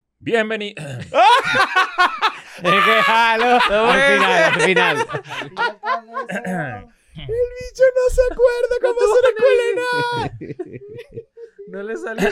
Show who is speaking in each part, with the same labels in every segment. Speaker 1: Bienvenido.
Speaker 2: Es que jalo. Al final, al final.
Speaker 3: bicho no se acuerda cómo se recuerda nada.
Speaker 4: No le salió.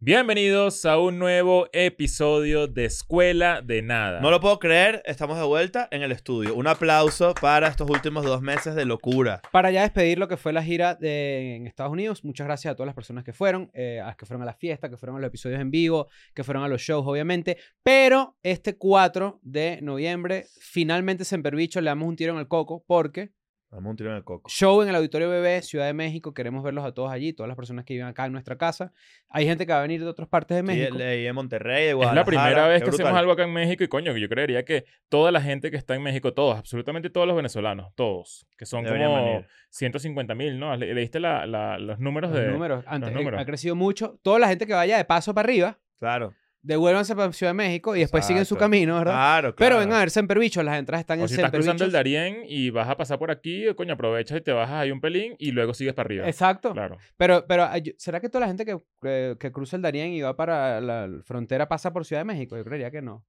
Speaker 1: Bienvenidos a un nuevo episodio de Escuela de Nada.
Speaker 3: No lo puedo creer, estamos de vuelta en el estudio. Un aplauso para estos últimos dos meses de locura.
Speaker 2: Para ya despedir lo que fue la gira de- en Estados Unidos, muchas gracias a todas las personas que fueron, eh, a las que fueron a la fiesta, que fueron a los episodios en vivo, que fueron a los shows, obviamente. Pero este 4 de noviembre, finalmente Semperbicho le damos un tiro en el coco porque
Speaker 3: Vamos un tiro en el coco.
Speaker 2: show en el Auditorio BB, Ciudad de México, queremos verlos a todos allí, todas las personas que viven acá en nuestra casa. Hay gente que va a venir de otras partes de
Speaker 3: Y
Speaker 2: México.
Speaker 3: leí en Monterrey, de
Speaker 1: Es la
Speaker 3: Guadalajara.
Speaker 1: primera vez
Speaker 3: Qué
Speaker 1: que hacemos
Speaker 3: brutal.
Speaker 1: algo acá en México y coño, yo creería que toda la gente que está en México, todos, absolutamente todos los venezolanos, todos, que son
Speaker 3: Deberían
Speaker 1: como
Speaker 3: venir.
Speaker 1: 150 mil, ¿no? Le- Leíste la- la- los números
Speaker 2: Los
Speaker 1: de...
Speaker 2: números, antes, eh,
Speaker 1: números.
Speaker 2: ha crecido mucho. Toda la gente que vaya de paso para arriba,
Speaker 3: Claro.
Speaker 2: devuélvanse para Ciudad de México y después siguen su
Speaker 3: Exacto.
Speaker 2: camino, ¿verdad?
Speaker 3: Claro,
Speaker 2: Pero
Speaker 3: claro.
Speaker 2: vengan a ver Semperbichos, las entradas están
Speaker 1: O
Speaker 2: en
Speaker 1: si estás cruzando el
Speaker 2: Semperbichos.
Speaker 1: Darién y vas a pasar por aquí, coño, aprovechas y te bajas ahí un pelín y luego sigues para arriba.
Speaker 2: Exacto.
Speaker 1: Claro.
Speaker 2: Pero, pero ay, ¿será que toda la gente que, que, que cruza el Darién y va para la frontera pasa por Ciudad de México? Yo creería que no.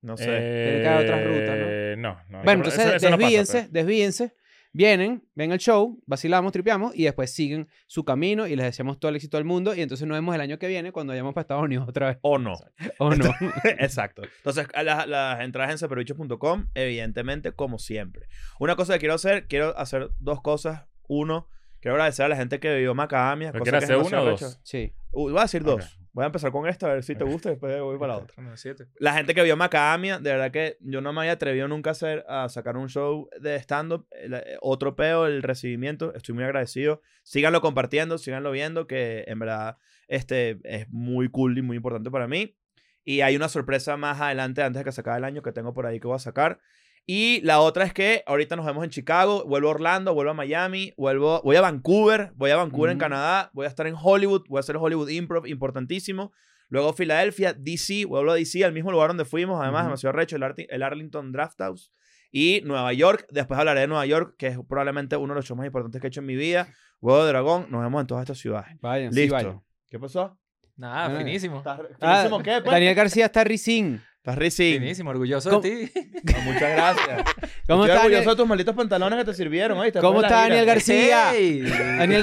Speaker 3: No sé.
Speaker 2: Tiene que haber otras rutas, ¿no?
Speaker 1: Eh, No, no.
Speaker 2: bueno,
Speaker 1: Eso-
Speaker 2: entonces
Speaker 1: eso- eso no pasa,
Speaker 2: desvíense,
Speaker 1: pues.
Speaker 2: desvíense. Vienen, ven el show, vacilamos, tripeamos y después siguen su camino y les deseamos todo el éxito del mundo y entonces nos vemos el año que viene cuando vayamos para Estados Unidos otra vez.
Speaker 3: O no.
Speaker 2: ¿O no?
Speaker 3: Exacto. Entonces, a las, las entradas en superbichos.com, evidentemente, como siempre. Una cosa que quiero hacer, quiero hacer dos cosas. Uno, quiero agradecer a la gente que vivió Macadamia.
Speaker 1: ¿Pero
Speaker 3: cosa
Speaker 1: quieres
Speaker 3: que es
Speaker 1: hacer una o
Speaker 3: demasiado
Speaker 1: dos?
Speaker 3: recho.
Speaker 2: Sí.
Speaker 3: Uh, voy a decir dos.
Speaker 1: Ok.
Speaker 3: Voy a empezar con esta, a ver si te
Speaker 1: Ok.
Speaker 3: gusta, después voy para la otra.
Speaker 4: Bueno, siete.
Speaker 3: La gente que vio Macadamia, de verdad que yo no me había atrevido nunca a, hacer, a sacar un show de stand-up. El- eh, Otro peo, el recibimiento. Estoy muy agradecido. Síganlo compartiendo, síganlo viendo, que en verdad este, es muy cool y muy importante para mí. Y hay una sorpresa más adelante, antes de que se acabe el año, que tengo por ahí que voy a sacar. Y la otra es que ahorita nos vemos en Chicago, vuelvo a Orlando, vuelvo a Miami, vuelvo, voy a Vancouver, voy a Vancouver en
Speaker 2: Mm.
Speaker 3: Canadá, voy a estar en Hollywood, voy a hacer Hollywood Improv, importantísimo. Luego Filadelfia, DC, vuelvo a DC, al mismo lugar donde fuimos, además,
Speaker 2: Ujú.
Speaker 3: demasiado recho, el, Arti- el Arlington Draft House. Y Nueva York, después hablaré de Nueva York, que es probablemente uno de los shows más importantes que he hecho en mi vida. Huevo de Dragón, nos vemos en todas estas ciudades.
Speaker 2: Vayan, sí,
Speaker 3: Listo.
Speaker 2: vayan.
Speaker 3: ¿Qué pasó?
Speaker 4: Nada,
Speaker 2: Ah.
Speaker 4: finísimo.
Speaker 3: ¿Estás
Speaker 2: Ah,
Speaker 3: finísimo qué, pues?
Speaker 2: Daniel García está risín.
Speaker 3: ¿Estás rising?
Speaker 4: Finísimo, orgulloso
Speaker 2: ¿Cómo-
Speaker 4: de ti.
Speaker 3: No, muchas gracias.
Speaker 2: ¿Cómo
Speaker 3: Estoy
Speaker 2: está
Speaker 3: orgulloso
Speaker 2: Daniel,
Speaker 3: de tus malditos pantalones que te sirvieron, ¿oíste?
Speaker 2: ¿Cómo
Speaker 3: Después
Speaker 2: está
Speaker 3: de la gira.
Speaker 2: Daniel García?
Speaker 4: Ey.
Speaker 2: Daniel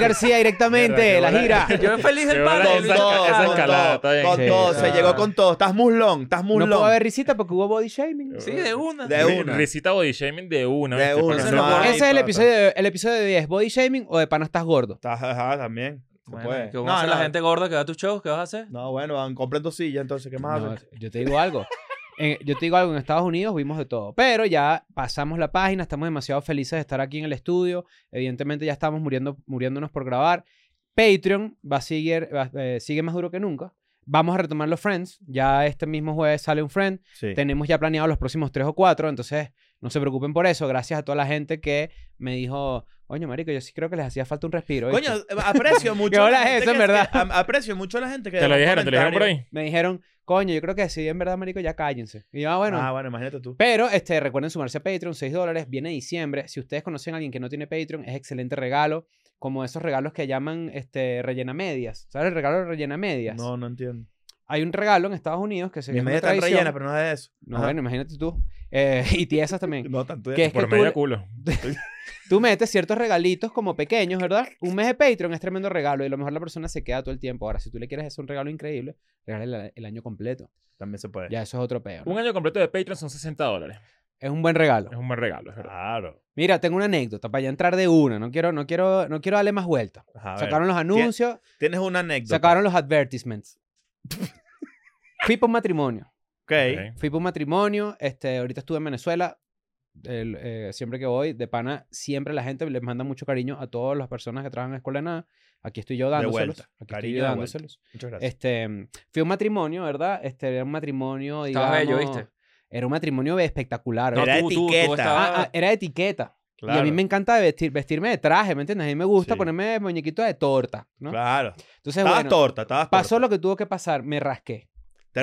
Speaker 2: García
Speaker 1: Mierda,
Speaker 2: directamente,
Speaker 1: qué
Speaker 2: la
Speaker 1: bola.
Speaker 2: gira.
Speaker 4: Yo feliz
Speaker 1: Qué
Speaker 4: del Ah,
Speaker 1: buena
Speaker 4: padre.
Speaker 3: Con
Speaker 1: esa-
Speaker 3: todo,
Speaker 1: esa
Speaker 3: con
Speaker 1: escalada, está
Speaker 3: todo,
Speaker 1: bien.
Speaker 3: con
Speaker 2: Sí.
Speaker 3: todo. Se
Speaker 4: Ah.
Speaker 3: llegó con todo. Estás muslón, estás
Speaker 2: No
Speaker 3: muslón.
Speaker 2: puedo haber risita porque hubo body shaming.
Speaker 4: Sí, de una.
Speaker 3: De
Speaker 1: Ri-
Speaker 3: una.
Speaker 1: Risita body shaming de una.
Speaker 3: De
Speaker 1: ¿viste?
Speaker 3: una,
Speaker 1: Para
Speaker 4: no,
Speaker 1: que
Speaker 4: no,
Speaker 1: sepa.
Speaker 4: Ay,
Speaker 2: Ese es el
Speaker 3: papá.
Speaker 2: episodio, de- el episodio de 10, body shaming o de pana estás gordo.
Speaker 3: Estás ajá, también. Se
Speaker 4: Bueno,
Speaker 3: puede.
Speaker 4: ¿Qué vas a hacer la gente gorda que va a tus shows? ¿Qué vas a hacer?
Speaker 3: No, bueno, van, compren tu silla, entonces, ¿qué más
Speaker 2: No,
Speaker 3: haces?
Speaker 2: yo te digo algo. En- yo te digo algo, en Estados Unidos vimos de todo, pero ya pasamos la página, estamos demasiado felices de estar aquí en el estudio, evidentemente ya estamos muriendo, muriéndonos por grabar. Patreon va a seguir, va- eh, sigue más duro que nunca. Vamos a retomar los Friends, ya este mismo jueves sale un Friend,
Speaker 3: Sí.
Speaker 2: tenemos ya planeados los próximos tres o cuatro, entonces no se preocupen por eso, gracias a toda la gente que me dijo, coño, marico, yo sí creo que les hacía falta un respiro. ¿viste?".
Speaker 3: Coño, eh, aprecio mucho.
Speaker 2: ¿Qué
Speaker 3: a la
Speaker 2: bola es
Speaker 3: gente
Speaker 2: eso, en
Speaker 3: que-
Speaker 2: verdad?
Speaker 3: que- a- aprecio mucho a la gente que.
Speaker 1: Te lo
Speaker 3: dejó
Speaker 1: dijeron, te lo dijeron por
Speaker 3: comentarios.
Speaker 1: ahí.
Speaker 2: me dijeron, coño, yo creo que sí, en verdad, marico, ya cállense. Y yo, ah, bueno.
Speaker 3: Ah, bueno, imagínate tú.
Speaker 2: Pero este, recuerden sumarse a Patreon, 6 dólares, viene diciembre. Si ustedes conocen a alguien que no tiene Patreon, es excelente regalo. Como esos regalos que llaman este, rellena medias. ¿Sabes el regalo de rellena medias?
Speaker 3: No, no entiendo.
Speaker 2: Hay un regalo en Estados Unidos que se
Speaker 3: Mis
Speaker 2: llama
Speaker 3: medias están rellenas, pero no es de eso.
Speaker 2: No,
Speaker 3: Ajá.
Speaker 2: bueno, imagínate tú. Eh, y tiesas también.
Speaker 3: No tanto. de
Speaker 2: ¿Qué
Speaker 3: eso.
Speaker 2: es que
Speaker 1: Por
Speaker 2: tú
Speaker 1: medio
Speaker 2: le-
Speaker 1: culo.
Speaker 2: Tú metes ciertos regalitos como pequeños, ¿verdad? Un mes de Patreon es tremendo regalo y a lo mejor la persona se queda todo el tiempo. Ahora, si tú le quieres hacer un regalo increíble, regálale el año completo.
Speaker 3: También se puede.
Speaker 2: Ya eso es otro peor.
Speaker 1: Un año completo de Patreon son 60 dólares.
Speaker 2: Es un buen regalo.
Speaker 1: Es un buen regalo, es verdad.
Speaker 3: Claro.
Speaker 2: Mira, tengo una anécdota para ya entrar de una. No quiero, no quiero, no quiero darle más vuelta.
Speaker 3: Ajá, a ver. pues.
Speaker 2: Sacaron los anuncios,
Speaker 3: Tienes una anécdota.
Speaker 2: sacaron los advertisements. Fui por un matrimonio.
Speaker 3: Ok.
Speaker 1: Ok.
Speaker 2: Fui por un matrimonio. Este, ahorita estuve en Venezuela. El, eh, siempre que voy, de pana, siempre la gente les manda mucho cariño a todas las personas que trabajan en Escuela de Nada. Aquí estoy yo
Speaker 3: De
Speaker 2: dándoselos.
Speaker 3: vuelta.
Speaker 2: Aquí
Speaker 3: Cariño
Speaker 2: estoy
Speaker 3: de
Speaker 2: yo
Speaker 3: vuelta.
Speaker 2: dándoselos.
Speaker 3: Muchas gracias.
Speaker 2: Este, fui a un matrimonio, ¿verdad? Este, era un matrimonio, digamos...
Speaker 4: Estaba bello, ¿viste?
Speaker 2: Era un matrimonio espectacular.
Speaker 3: Era
Speaker 2: ¿verdad?
Speaker 4: tú, tú, tú
Speaker 3: etiqueta.
Speaker 4: estabas-
Speaker 2: Ah, ah, era de etiqueta. Y a mí
Speaker 3: Claro.
Speaker 2: me encanta vestir, vestirme de traje, ¿me entiendes? A mí me gusta
Speaker 3: Sí.
Speaker 2: ponerme muñequito de torta, ¿no?
Speaker 3: Claro.
Speaker 2: Entonces,
Speaker 3: Estabas
Speaker 2: bueno,
Speaker 3: torta, estabas torta.
Speaker 2: pasó lo que tuvo que pasar. Me rasqué,
Speaker 3: Te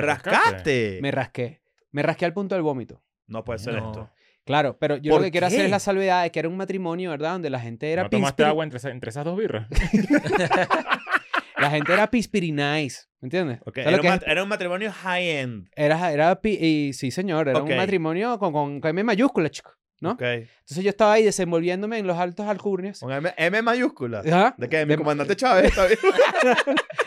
Speaker 1: ¿Te
Speaker 3: rascaste.
Speaker 2: me rasqué. Me rasqué al punto del vómito.
Speaker 3: No puede ser
Speaker 4: No.
Speaker 3: esto.
Speaker 2: Claro, pero yo lo
Speaker 1: ¿Por
Speaker 2: que quiero hacer
Speaker 1: qué?
Speaker 2: es la salvedad de que era un matrimonio, ¿verdad? Donde la gente era
Speaker 1: ¿No tomaste
Speaker 2: pispiri-
Speaker 1: agua entre, esa- entre esas dos birras?
Speaker 2: La gente era pispiri nice, ¿entiendes?
Speaker 3: Ok,
Speaker 2: ¿Sabes
Speaker 3: Era,
Speaker 2: lo
Speaker 3: un
Speaker 2: que es?
Speaker 3: mat- era un matrimonio high-end.
Speaker 2: Era, era pi- y sí, señor, era
Speaker 3: Ok.
Speaker 2: un matrimonio con, con, con M mayúscula, chico, ¿no?
Speaker 3: Ok.
Speaker 2: Entonces yo estaba ahí desenvolviéndome en los altos alcurnios.
Speaker 3: Con M, M mayúscula.
Speaker 2: Ajá.
Speaker 3: ¿De qué? Mi
Speaker 2: De-
Speaker 3: comandante Chávez. está bien.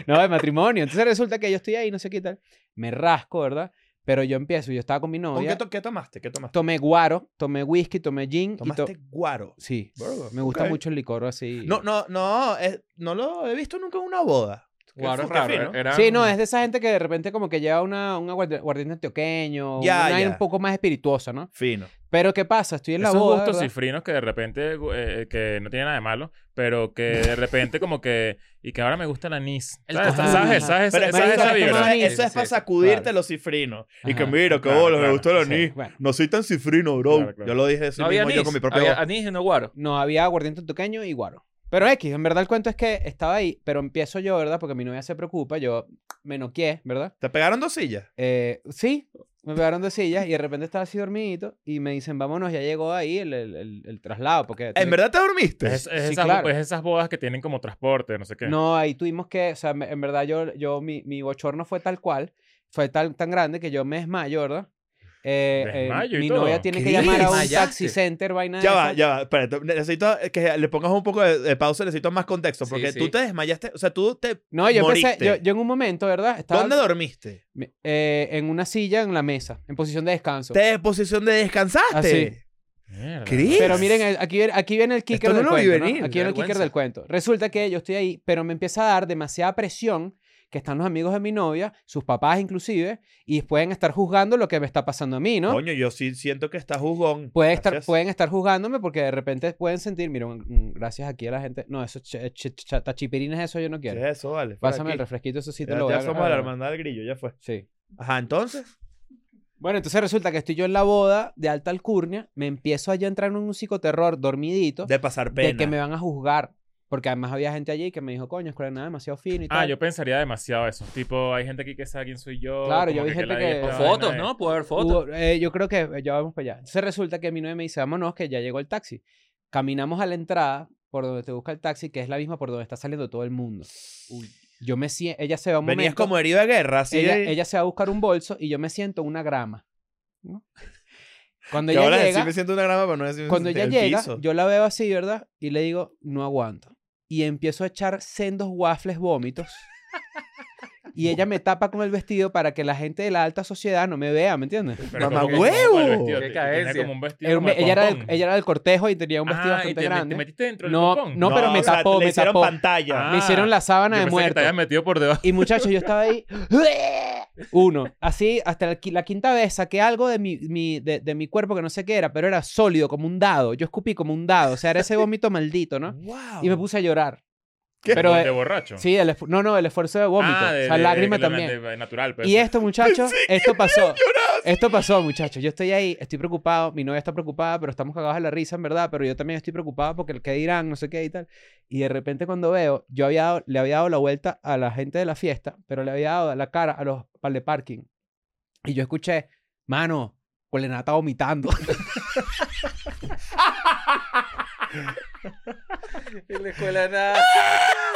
Speaker 2: No, de matrimonio. Entonces resulta que yo estoy ahí, no sé qué tal. Me rasco, ¿verdad? Pero yo empiezo, yo estaba con mi
Speaker 3: ¿Con qué,
Speaker 2: novia.
Speaker 3: to- qué tomaste? ¿Qué tomaste?
Speaker 2: Tomé guaro, tomé whisky, tomé gin. y to-
Speaker 3: Tomaste guaro.
Speaker 2: Sí.
Speaker 3: Verga,
Speaker 2: Me gusta
Speaker 3: ok.
Speaker 2: mucho el licor así.
Speaker 3: No, no, no. es- no lo he visto nunca en una boda.
Speaker 4: Guaro
Speaker 3: Fue un
Speaker 4: raro, ¿eh?
Speaker 3: refil, ¿no?
Speaker 1: Eran-
Speaker 2: Sí, no, es de esa gente que de repente como que lleva una, un aguardi- aguardiente antioqueño,
Speaker 3: Ya,
Speaker 2: una
Speaker 3: ya.
Speaker 2: un poco más espirituosa, ¿no?
Speaker 3: Fino.
Speaker 2: Pero ¿qué pasa? Estoy en la
Speaker 1: Esos
Speaker 2: boda,
Speaker 1: gustos
Speaker 2: ¿verdad?
Speaker 1: cifrinos que de repente, eh, que no tiene nada de malo, pero que de repente como que, y que ahora me gusta el anís.
Speaker 4: El
Speaker 1: ¿Sabes?
Speaker 2: cojín.
Speaker 1: ¿Sabes?
Speaker 2: Ajá.
Speaker 1: ¿Sabes?
Speaker 3: Pero
Speaker 1: ¿Sabes?
Speaker 3: eso,
Speaker 1: ¿Sabes
Speaker 3: eso
Speaker 1: esa
Speaker 3: es
Speaker 1: vibra?
Speaker 3: para-
Speaker 4: Sí,
Speaker 3: eso
Speaker 4: sí,
Speaker 3: es para
Speaker 4: sí,
Speaker 3: sacudirte
Speaker 2: claro.
Speaker 3: los cifrinos. Y que
Speaker 2: Ajá,
Speaker 3: mira, qué
Speaker 1: claro,
Speaker 3: bola, me
Speaker 1: claro,
Speaker 3: gustó el
Speaker 1: sí.
Speaker 3: anís.
Speaker 2: Bueno,
Speaker 3: No soy tan cifrino, bro.
Speaker 1: Claro, claro.
Speaker 3: Yo lo dije así
Speaker 4: No había
Speaker 3: mismo yo
Speaker 4: anís.
Speaker 3: con mi propia
Speaker 4: había
Speaker 3: boca.
Speaker 4: anís y no guaro.
Speaker 2: no había aguardiente antioqueño y guaro. Pero X, en verdad el cuento es que estaba ahí, pero empiezo yo, ¿verdad? Porque mi novia se preocupa, yo me noqué, ¿verdad?
Speaker 3: ¿Te pegaron dos sillas?
Speaker 2: Eh, sí, me pegaron de sillas y de repente estaba así dormidito y me dicen, vámonos, ya llegó ahí el, el- el- el traslado. Porque
Speaker 3: ¿En verdad te dormiste?
Speaker 1: Es, es
Speaker 2: Sí,
Speaker 1: esas,
Speaker 2: claro.
Speaker 1: es esas bodas que tienen como transporte, no sé qué.
Speaker 2: No, ahí tuvimos que, o sea, me- en verdad yo, yo mi, mi bochorno fue tal cual, fue tal, tan grande que yo me desmayo, ¿verdad? Eh, eh,
Speaker 1: Desmayo y
Speaker 2: mi
Speaker 1: todo.
Speaker 2: novia tiene que
Speaker 4: ¿Qué?
Speaker 2: llamar a un
Speaker 4: ¿Desmayaste?
Speaker 2: taxi center, vaina.
Speaker 3: Ya
Speaker 2: de
Speaker 3: va,
Speaker 2: esas.
Speaker 3: ya va. Espérate, necesito que le pongas un poco de, de pausa, necesito más contexto.
Speaker 4: Sí,
Speaker 3: Porque
Speaker 4: sí.
Speaker 3: tú te desmayaste, o sea, tú te.
Speaker 2: No, yo empecé,
Speaker 3: moriste.
Speaker 2: yo, yo en un momento, ¿verdad? Estaba
Speaker 3: ¿Dónde dormiste?
Speaker 2: mi- eh, en una silla, en la mesa, en posición de descanso.
Speaker 3: ¿Te en posición de descansaste?
Speaker 2: Así.
Speaker 1: Mierda.
Speaker 3: Chris.
Speaker 2: Pero miren, eh, el- aquí, viene- aquí viene el kicker
Speaker 3: Esto no
Speaker 2: del
Speaker 3: lo vi
Speaker 2: cuento. ¿no?
Speaker 3: venir,
Speaker 2: Aquí viene el kicker
Speaker 4: vergüenza.
Speaker 2: del cuento. Resulta que yo estoy ahí, pero me empieza a dar demasiada presión que están los amigos de mi novia, sus papás inclusive, y pueden estar juzgando lo que me está pasando a mí, ¿no?
Speaker 3: Coño, yo sí siento que está jugón.
Speaker 2: Pueden estar,
Speaker 3: Gracias.
Speaker 2: pueden estar juzgándome porque de repente pueden sentir, mira, un- un- gracias aquí a la gente. No, eso, ch- ch- ch- tachipirines, eso yo no
Speaker 3: ¿Qué
Speaker 2: quiero.
Speaker 3: es eso, vale? Fuera
Speaker 2: Pásame el
Speaker 3: aquí.
Speaker 2: refresquito, eso sí te
Speaker 3: Ya,
Speaker 2: lo voy
Speaker 3: ya
Speaker 2: a
Speaker 3: somos de la
Speaker 2: ah,
Speaker 3: hermandad del grillo, ya fue.
Speaker 2: Sí.
Speaker 3: Ajá, entonces.
Speaker 2: Bueno, entonces resulta que estoy yo en la boda de alta alcurnia, me empiezo a yo entrar en un psicoterror dormidito de,
Speaker 3: De pasar pena.
Speaker 2: que me van a juzgar. Porque además había gente allí que me dijo, coño, es que nada demasiado fino y tal.
Speaker 1: Ah, yo pensaría demasiado eso. Tipo, hay gente aquí que sabe quién soy yo.
Speaker 2: Claro,
Speaker 1: como
Speaker 2: yo vi gente
Speaker 1: la
Speaker 2: que-
Speaker 1: dieta,
Speaker 4: O
Speaker 1: la
Speaker 4: fotos,
Speaker 1: vaina de-
Speaker 4: ¿no? Puede haber fotos.
Speaker 2: Hubo- eh, yo creo que eh, ya vamos para allá. Entonces resulta que mi novia me dice, vámonos, que ya llegó el taxi. Caminamos a la entrada por donde te busca el taxi, que es la misma por donde está saliendo todo el mundo. Yo me siento, ella se va a un
Speaker 3: Venías
Speaker 2: momento,
Speaker 3: como herido de guerra, así.
Speaker 2: ella,
Speaker 3: de-
Speaker 2: ella se va a buscar un bolso y yo me siento una grama. ¿no? Cuando
Speaker 3: que
Speaker 2: ella
Speaker 3: ahora decir
Speaker 2: llega,
Speaker 3: me siento una grama, pero no decir me
Speaker 2: cuando
Speaker 3: siento
Speaker 2: ella
Speaker 3: el
Speaker 2: llega,
Speaker 3: piso.
Speaker 2: yo la veo así, ¿verdad? Y le digo, no aguanto. Y empiezo a echar sendos waffles vómitos. Y ella me tapa con el vestido para que la gente de la alta sociedad no me vea, ¿me entiendes?
Speaker 1: Pero
Speaker 3: ¡Mamá
Speaker 1: como que- como el
Speaker 3: huevo!
Speaker 1: vestido,
Speaker 4: ¡Qué
Speaker 1: que
Speaker 4: cadencia!
Speaker 1: Tenía como un vestido.
Speaker 2: Era un-
Speaker 1: como de
Speaker 2: ella, era del,
Speaker 1: pompón.
Speaker 2: ella era del cortejo y tenía un vestido
Speaker 1: Ah, y
Speaker 2: bastante
Speaker 1: te,
Speaker 2: grande.
Speaker 1: ¿Te metiste dentro del
Speaker 2: No,
Speaker 1: pompón?
Speaker 2: no, pero me
Speaker 3: o sea,
Speaker 2: tapó,
Speaker 3: le
Speaker 2: me
Speaker 3: hicieron
Speaker 2: tapó.
Speaker 3: pantalla.
Speaker 1: Ah,
Speaker 2: me hicieron la
Speaker 1: Yo
Speaker 2: sábana de
Speaker 1: pensé que
Speaker 2: muerto.
Speaker 1: te habías metido por debajo.
Speaker 2: Y muchachos, yo estaba ahí. Uno. Así, hasta la, qui- la quinta vez saqué algo de mi, mi- de, de mi cuerpo que no sé qué era, pero era sólido, como un dado. Yo escupí como un dado. O sea, era ese vómito maldito, ¿no?
Speaker 3: Wow.
Speaker 2: Y me puse a llorar.
Speaker 3: ¿Qué?
Speaker 2: Pero,
Speaker 1: ¿De
Speaker 2: eh,
Speaker 1: borracho?
Speaker 2: sí, el esfu- no, no, el esfuerzo de vómito.
Speaker 1: Ah, de-
Speaker 2: o sea,
Speaker 1: de-
Speaker 2: lágrima
Speaker 1: de-
Speaker 2: también.
Speaker 1: de- de- natural, pues.
Speaker 2: Y esto, muchachos, esto pasó. Esto pasó, muchachos. Yo estoy ahí, estoy preocupado. Mi novia está preocupada, pero estamos cagados de la risa, en verdad. Pero yo también estoy preocupado porque el que dirán, no sé qué y tal. Y de repente, cuando veo, yo había dado- le había dado la vuelta a la gente de la fiesta, pero le había dado la cara a los pal de parking. Y yo escuché, mano, Colenata está vomitando.
Speaker 4: En la escuela nada.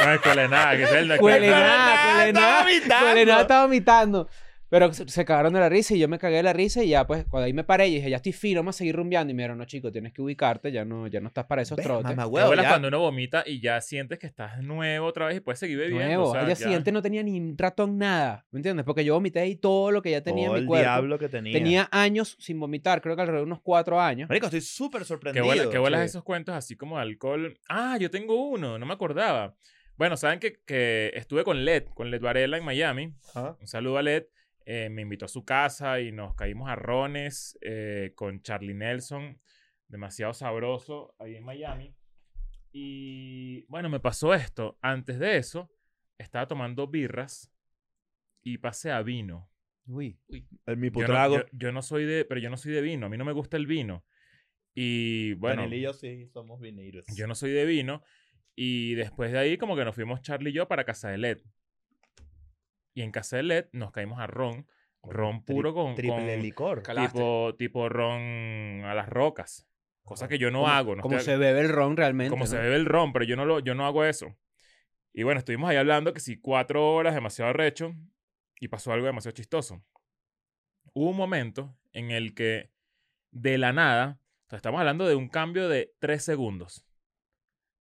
Speaker 1: No es cuál es nada, que es el de
Speaker 2: Huele
Speaker 1: cuál es
Speaker 2: nada,
Speaker 3: nada,
Speaker 2: huele
Speaker 3: estaba
Speaker 2: nada,
Speaker 3: vomitando.
Speaker 2: Colenata está vomitando. Pero se, se cagaron de la risa y yo me cagué de la risa y ya, pues, cuando ahí me paré y dije, ya estoy fino, vamos a seguir rumbeando. Y me dijeron, no, chico, tienes que ubicarte, ya no, ya no estás para esos
Speaker 3: Ve,
Speaker 2: trotes.
Speaker 3: mamá,
Speaker 1: Te
Speaker 3: huevo,
Speaker 1: abuela
Speaker 3: ya.
Speaker 1: cuando uno vomita y ya sientes que estás nuevo otra vez y puedes seguir bebiendo.
Speaker 2: nuevo.
Speaker 1: o sea,
Speaker 2: Al
Speaker 1: ya.
Speaker 2: día siguiente no tenía ni un ratón nada, ¿me entiendes? Porque yo vomité ahí todo lo que ya tenía
Speaker 3: Todo
Speaker 2: en
Speaker 3: el
Speaker 2: mi cuerpo.
Speaker 3: diablo que tenía.
Speaker 2: Tenía años sin vomitar, creo que alrededor de unos cuatro años.
Speaker 3: Marico, estoy súper
Speaker 1: Que
Speaker 3: sorprendido.
Speaker 1: vuelas, que vuelas
Speaker 2: sí.
Speaker 1: esos cuentos así como de alcohol. Ah, yo tengo uno, no me acordaba. Bueno, saben que, que estuve con Led, con Led Varela en Miami.
Speaker 3: Ajá.
Speaker 1: Un saludo a Led. Eh, me invitó a su casa y nos caímos a rones eh, con Charlie Nelson. Demasiado sabroso ahí en Miami. Y bueno, me pasó esto. Antes de eso, estaba tomando birras y pasé a vino.
Speaker 2: Uy.
Speaker 3: El mi
Speaker 1: Yo no-
Speaker 3: putrago.
Speaker 1: Yo, yo no soy de, pero yo no soy de vino. A mí no me gusta el vino. Y bueno,
Speaker 3: Daniel y yo sí somos vineros.
Speaker 1: yo no soy de vino. Y después de ahí, como que nos fuimos Charlie y yo para casa de Led. Y en casa de Led nos caímos a Ron. Ron
Speaker 3: Tri-
Speaker 1: puro con,
Speaker 3: triple
Speaker 1: con
Speaker 3: licor.
Speaker 1: tipo, tipo ron a las rocas. Cosa que yo no
Speaker 2: Como-
Speaker 1: hago. No
Speaker 2: como
Speaker 1: estoy-
Speaker 2: se bebe el ron realmente.
Speaker 1: como
Speaker 2: ¿no?
Speaker 1: se bebe el ron, pero yo no, lo, yo no hago eso. Y bueno, estuvimos ahí hablando que si cuatro horas, demasiado recho, y pasó algo demasiado chistoso. Hubo un momento en el que, de la nada, o sea, estamos hablando de un cambio de tres segundos.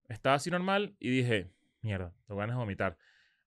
Speaker 1: Estaba así normal y dije, mierda, tengo ganas de vomitar.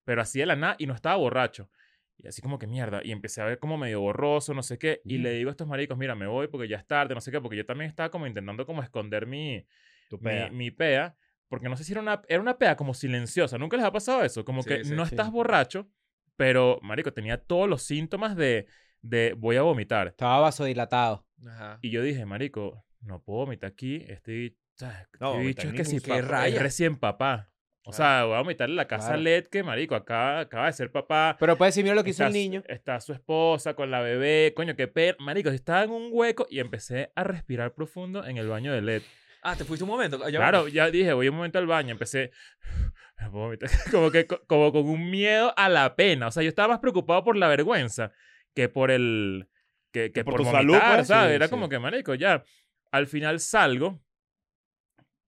Speaker 1: Pero así de la nada y no estaba borracho. Y así como que mierda. Y empecé a ver como medio borroso, no sé qué. Y
Speaker 2: Ujú.
Speaker 1: le digo a estos maricos, mira, me voy porque ya es tarde, no sé qué. Porque yo también estaba como intentando como esconder mi,
Speaker 3: Tu
Speaker 1: mi-
Speaker 3: pea.
Speaker 1: Mi, pea, porque no sé si era una, era una pea como silenciosa. ¿Nunca les ha pasado eso? Como
Speaker 4: Sí,
Speaker 1: que
Speaker 4: sí,
Speaker 1: no
Speaker 4: sí.
Speaker 1: estás borracho, pero, marico, tenía todos los síntomas de, de voy a vomitar.
Speaker 2: Estaba vasodilatado.
Speaker 4: Ajá.
Speaker 1: Y yo dije, marico, no puedo vomitar aquí. Este, ah,
Speaker 3: No,
Speaker 1: este
Speaker 3: vomitar
Speaker 1: bicho es que
Speaker 3: ningún-
Speaker 1: si
Speaker 4: qué
Speaker 1: papá, es
Speaker 4: raya.
Speaker 1: recién papá. O
Speaker 4: Claro.
Speaker 1: sea, voy a vomitar en la casa
Speaker 2: Claro.
Speaker 1: LED que, marico, acaba, acaba de ser papá.
Speaker 2: Pero puedes decir, mira lo que hizo
Speaker 1: Está,
Speaker 2: el niño.
Speaker 1: está su esposa con la bebé, coño, qué per... Marico, yo estaba en un hueco y empecé a respirar profundo en el baño de LED.
Speaker 4: Ah, te fuiste un momento. Ya-
Speaker 1: Claro, ya dije, voy un momento al baño, empecé "Me puedo vomitar", como que co- como con un miedo a la pena, o sea, yo estaba más preocupado por la vergüenza que por el que, que
Speaker 3: por
Speaker 1: por,
Speaker 3: tu
Speaker 1: vomitar,
Speaker 3: salud, pues.
Speaker 1: ¿sabes?
Speaker 3: Sí,
Speaker 1: Era
Speaker 3: sí.
Speaker 1: como que marico, ya al final salgo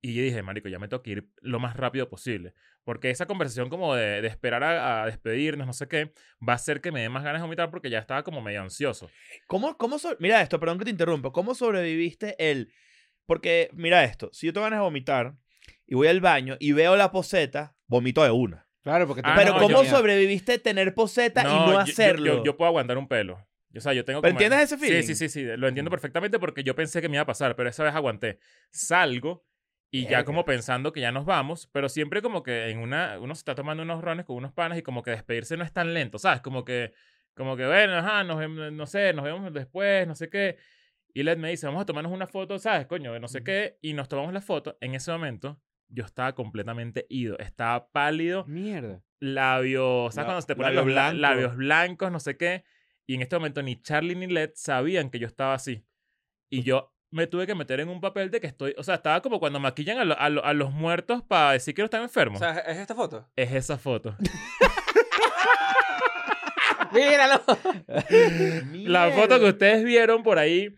Speaker 1: y yo dije, marico, ya me tengo que ir lo más rápido posible, porque esa conversación como de, de esperar a, a despedirnos, no sé qué, va a hacer que me dé más ganas de vomitar porque ya estaba como medio ansioso.
Speaker 3: ¿Cómo, cómo so- mira esto, perdón que te interrumpo. ¿Cómo sobreviviste el...? Porque, mira esto, si yo tengo ganas de vomitar y voy al baño y veo la poseta, vomito de una.
Speaker 2: Claro, porque
Speaker 1: Ah,
Speaker 3: Pero
Speaker 1: no,
Speaker 3: ¿cómo
Speaker 1: yo-
Speaker 3: sobreviviste tener poseta y
Speaker 1: yo-
Speaker 3: no
Speaker 1: yo-
Speaker 3: hacerlo?
Speaker 1: Yo, yo puedo aguantar un pelo. O sea, yo tengo
Speaker 3: ¿Pero
Speaker 1: como-
Speaker 3: entiendes ese feeling?
Speaker 1: Sí, sí, sí, sí. Lo entiendo perfectamente porque yo pensé que me iba a pasar, pero esa vez aguanté. Salgo y ya
Speaker 3: Verga.
Speaker 1: como pensando que ya nos vamos, pero siempre como que en una... Uno se está tomando unos rones con unos panas y como que despedirse no es tan lento, ¿sabes? Como que, como que bueno, ajá, nos, vemos- no sé, nos vemos después, no sé qué. Y Led me dice, vamos a tomarnos una foto, ¿sabes? Coño, de no sé qué. Y nos tomamos la foto. En ese momento yo estaba completamente ido. Estaba pálido
Speaker 2: Mierda.
Speaker 1: labios, ¿sabes
Speaker 3: La-
Speaker 1: cuando se te ponen
Speaker 3: labios
Speaker 1: los bla-
Speaker 3: blancos.
Speaker 1: labios blancos, no sé qué? Y en este momento ni Charlie ni Led sabían que yo estaba así. Y yo me tuve que meter en un papel de que estoy, o sea, estaba como cuando maquillan a, lo- a lo- a los muertos para decir que no están
Speaker 4: O
Speaker 1: enfermos.
Speaker 4: sea, ¿es esta foto?
Speaker 1: es esa foto.
Speaker 4: ¡Míralo!
Speaker 1: La foto que ustedes vieron por ahí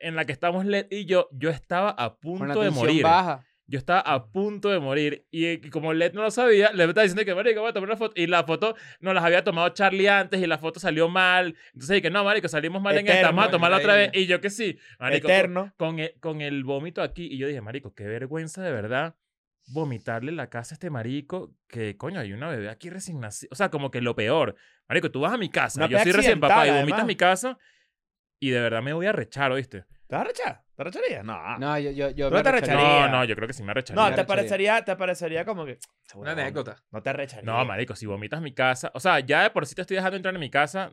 Speaker 1: en la que estamos Led y yo, yo estaba a
Speaker 2: Con la
Speaker 1: punto de
Speaker 2: tensión
Speaker 1: morir.
Speaker 2: baja.
Speaker 1: Yo estaba a punto de morir. Y, eh, y como Led no lo sabía, Led me estaba diciendo que, marico, voy a tomar una foto. Y la foto no las había tomado Charlie antes y la foto salió mal. Entonces dije, no, marico, salimos mal en esta,
Speaker 3: Eterno,
Speaker 1: vamos a tomarla otra vez.
Speaker 4: increíble.
Speaker 1: Y yo que sí, marico. con-
Speaker 3: Eterno.
Speaker 1: Con el, con el vómito aquí. Y yo dije, marico, qué vergüenza de verdad vomitarle en la casa a este marico que, coño, hay una bebé aquí recién nacida. O sea, como que lo peor. Marico, tú vas a mi casa,
Speaker 3: Una
Speaker 1: yo
Speaker 3: pea
Speaker 1: soy recién papá y
Speaker 3: accidental,
Speaker 1: vomitas
Speaker 3: además.
Speaker 1: en mi casa y de verdad me voy a rechar, ¿oíste?
Speaker 3: ¿Te vas a rechar? ¿Te arrecharías?
Speaker 1: Ah.
Speaker 3: No.
Speaker 2: No, yo, yo, yo
Speaker 3: ¿Tú
Speaker 2: me
Speaker 3: no te
Speaker 2: rechazo.
Speaker 3: arrecharías?
Speaker 1: No,
Speaker 3: Haría.
Speaker 1: no, yo creo que sí me recharía.
Speaker 3: No,
Speaker 2: me
Speaker 3: te
Speaker 2: arrecharía.
Speaker 3: parecería, te parecería como que...
Speaker 4: Una anécdota.
Speaker 3: No te arrecharías.
Speaker 1: No, marico, si vomitas mi casa. O sea, ya de por sí te estoy dejando entrar en mi casa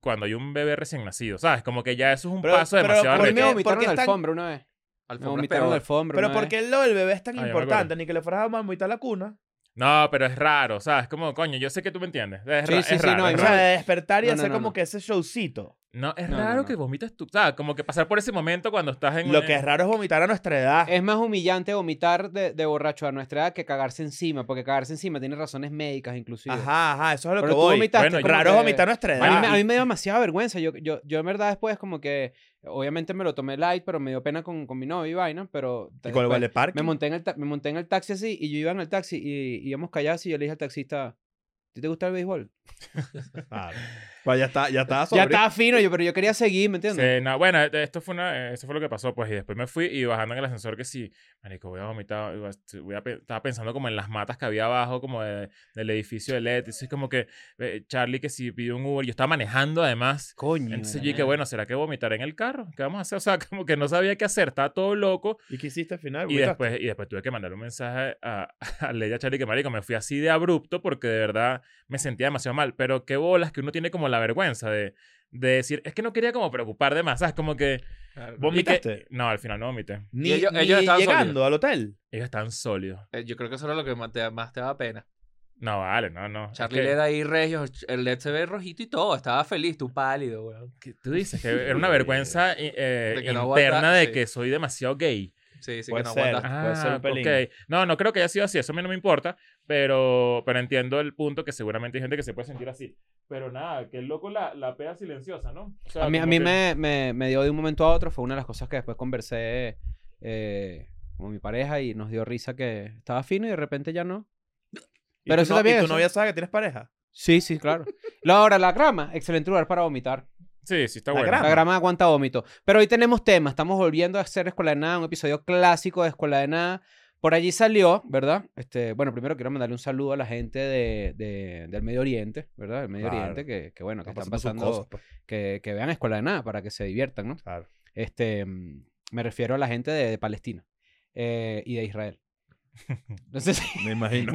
Speaker 1: cuando hay un bebé recién nacido, ¿sabes? Como que ya eso es un
Speaker 3: Pero-
Speaker 1: paso
Speaker 3: pero
Speaker 1: demasiado
Speaker 2: A mí
Speaker 3: ¿por
Speaker 1: arrecho.
Speaker 2: me
Speaker 3: qué?
Speaker 2: vomitaron
Speaker 3: Porque
Speaker 2: en la
Speaker 3: están-
Speaker 2: alfombra una vez. Me
Speaker 4: Alfombra
Speaker 2: vomitaron en la
Speaker 4: peor.
Speaker 2: alfombra
Speaker 3: Pero
Speaker 2: una
Speaker 3: ¿por
Speaker 2: vez.
Speaker 3: qué lo del bebé es tan
Speaker 1: Ah, yo me acuerdo.
Speaker 3: importante? Ni que le fueras a vomitar la cuna.
Speaker 1: No, pero es raro, ¿sabes? Como, coño, yo sé que tú me entiendes. Es,
Speaker 2: Sí,
Speaker 1: ra-
Speaker 2: sí,
Speaker 1: es
Speaker 2: sí,
Speaker 1: raro.
Speaker 2: no,
Speaker 1: es
Speaker 3: O
Speaker 2: no.
Speaker 1: raro.
Speaker 3: sea, de despertar y
Speaker 2: No, no,
Speaker 3: hacer
Speaker 2: no,
Speaker 3: como
Speaker 2: no.
Speaker 3: que ese showcito.
Speaker 1: No, es
Speaker 2: No, no,
Speaker 1: raro
Speaker 2: no.
Speaker 1: que vomitas tú. ¿Sabes? Como que pasar por ese momento cuando estás en.
Speaker 3: Lo que es raro es vomitar a nuestra edad.
Speaker 2: Es más humillante vomitar de, de borracho a nuestra edad que cagarse encima, porque cagarse encima tiene razones médicas inclusive.
Speaker 3: Ajá, ajá, eso es lo
Speaker 2: Pero
Speaker 3: que
Speaker 2: tú
Speaker 3: voy.
Speaker 2: vomitaste
Speaker 1: Bueno,
Speaker 2: como
Speaker 3: Raro es
Speaker 2: que-
Speaker 3: vomitar a nuestra
Speaker 2: A mí,
Speaker 3: edad.
Speaker 2: me- a mí me dio demasiada vergüenza. Yo, yo, yo en verdad después como que, obviamente me lo tomé light, pero me dio pena con, con mi novio y vaina, pero...
Speaker 3: Y con el
Speaker 2: después
Speaker 3: Vale Park.
Speaker 2: pues, me, monté en el ta- me monté en el taxi así y yo iba en el taxi y y íbamos callados y yo le dije al taxista, ¿a ti te gusta el béisbol?
Speaker 3: Claro. Pues ya está, ya estaba
Speaker 2: Ya
Speaker 3: sobrio.
Speaker 2: estaba fino yo, pero yo quería seguir, ¿me entiendes?
Speaker 1: Sí, no, bueno, esto fue una, eh, eso fue lo que pasó, pues, y después me fui y bajando en el ascensor que sí, marico, voy a vomitar, voy a- este, voy a pe- estaba pensando como en las matas que había abajo, como de- del edificio de LED, entonces como que eh, Charlie que sí pidió un Uber, yo estaba manejando además,
Speaker 2: Coño.
Speaker 1: entonces
Speaker 2: era-
Speaker 1: yo dije, bueno, ¿será que vomitaré en el carro? ¿Qué vamos a hacer? O sea, como que no sabía qué hacer, estaba todo loco,
Speaker 3: ¿Y qué hiciste al final?
Speaker 1: y
Speaker 3: ¿Vomitaste?
Speaker 1: después, y después tuve que mandar un mensaje a, a Lady a Charlie que, marico, me fui así de abrupto porque de verdad me sentía demasiado mal. Pero qué bolas que uno tiene como la vergüenza de, de decir, es que no quería como preocupar de más, ¿sabes? Como que...
Speaker 4: Claro.
Speaker 1: y que-
Speaker 3: ¿Vomitaste?
Speaker 1: no, al final no vomité.
Speaker 3: Ni,
Speaker 4: Y ellos-
Speaker 3: ni
Speaker 4: ellos estaban
Speaker 3: llegando
Speaker 4: sobrios.
Speaker 3: al hotel.
Speaker 1: Ellos están sólidos.
Speaker 4: Eh, Yo creo que eso era lo que más te, más te daba pena.
Speaker 1: No, vale, no, no. Es
Speaker 4: Charlie
Speaker 1: que-
Speaker 4: le da ahí regio, el LED se ve rojito y todo, estaba feliz, tú pálido, weón.
Speaker 1: que tú dices que era una vergüenza eh, eh,
Speaker 4: De que no
Speaker 1: interna
Speaker 4: aguanta,
Speaker 1: de
Speaker 4: sí.
Speaker 1: que soy demasiado gay.
Speaker 4: Sí, sí,
Speaker 3: Puede
Speaker 4: que no
Speaker 3: ser.
Speaker 4: aguantaste.
Speaker 3: puede ser un pelín.
Speaker 1: Ah, ok. No, no creo que haya sido así, eso a mí no me importa, pero, pero entiendo el punto que seguramente hay gente que se puede sentir así. Pero nada, que el loco la, la pega silenciosa, ¿no? O sea,
Speaker 2: A mí, a
Speaker 1: como
Speaker 2: mí
Speaker 1: que-
Speaker 2: me, me- me dio de un momento a otro, fue una de las cosas que después conversé eh, con mi pareja y nos dio risa que estaba fino y de repente ya no.
Speaker 3: ¿Y
Speaker 2: Pero
Speaker 3: tu
Speaker 2: eso
Speaker 3: no-
Speaker 2: también
Speaker 3: ¿Y tu
Speaker 2: es-
Speaker 3: novia sabe que tienes pareja?
Speaker 2: Sí, sí, claro. Ahora, la grama, excelente lugar para vomitar.
Speaker 1: Sí, sí, está
Speaker 3: La
Speaker 1: bueno.
Speaker 3: grama.
Speaker 2: La grama aguanta vómito. Pero hoy tenemos temas. Estamos volviendo a hacer Escuela de Nada, un episodio clásico de Escuela de Nada. Por allí salió, ¿verdad? Este, bueno, primero quiero mandarle un saludo a la gente de, de- del Medio Oriente, ¿verdad? Del Medio
Speaker 3: Claro.
Speaker 2: Oriente, que, que bueno, que están
Speaker 3: sus
Speaker 2: pasando,
Speaker 3: cosas, pues.
Speaker 2: que, que vean Escuela de Nada para que se diviertan, ¿no?
Speaker 3: Claro.
Speaker 2: Este, mm, me refiero a la gente de, de Palestina eh, y de Israel. No sé, si,
Speaker 3: Me imagino.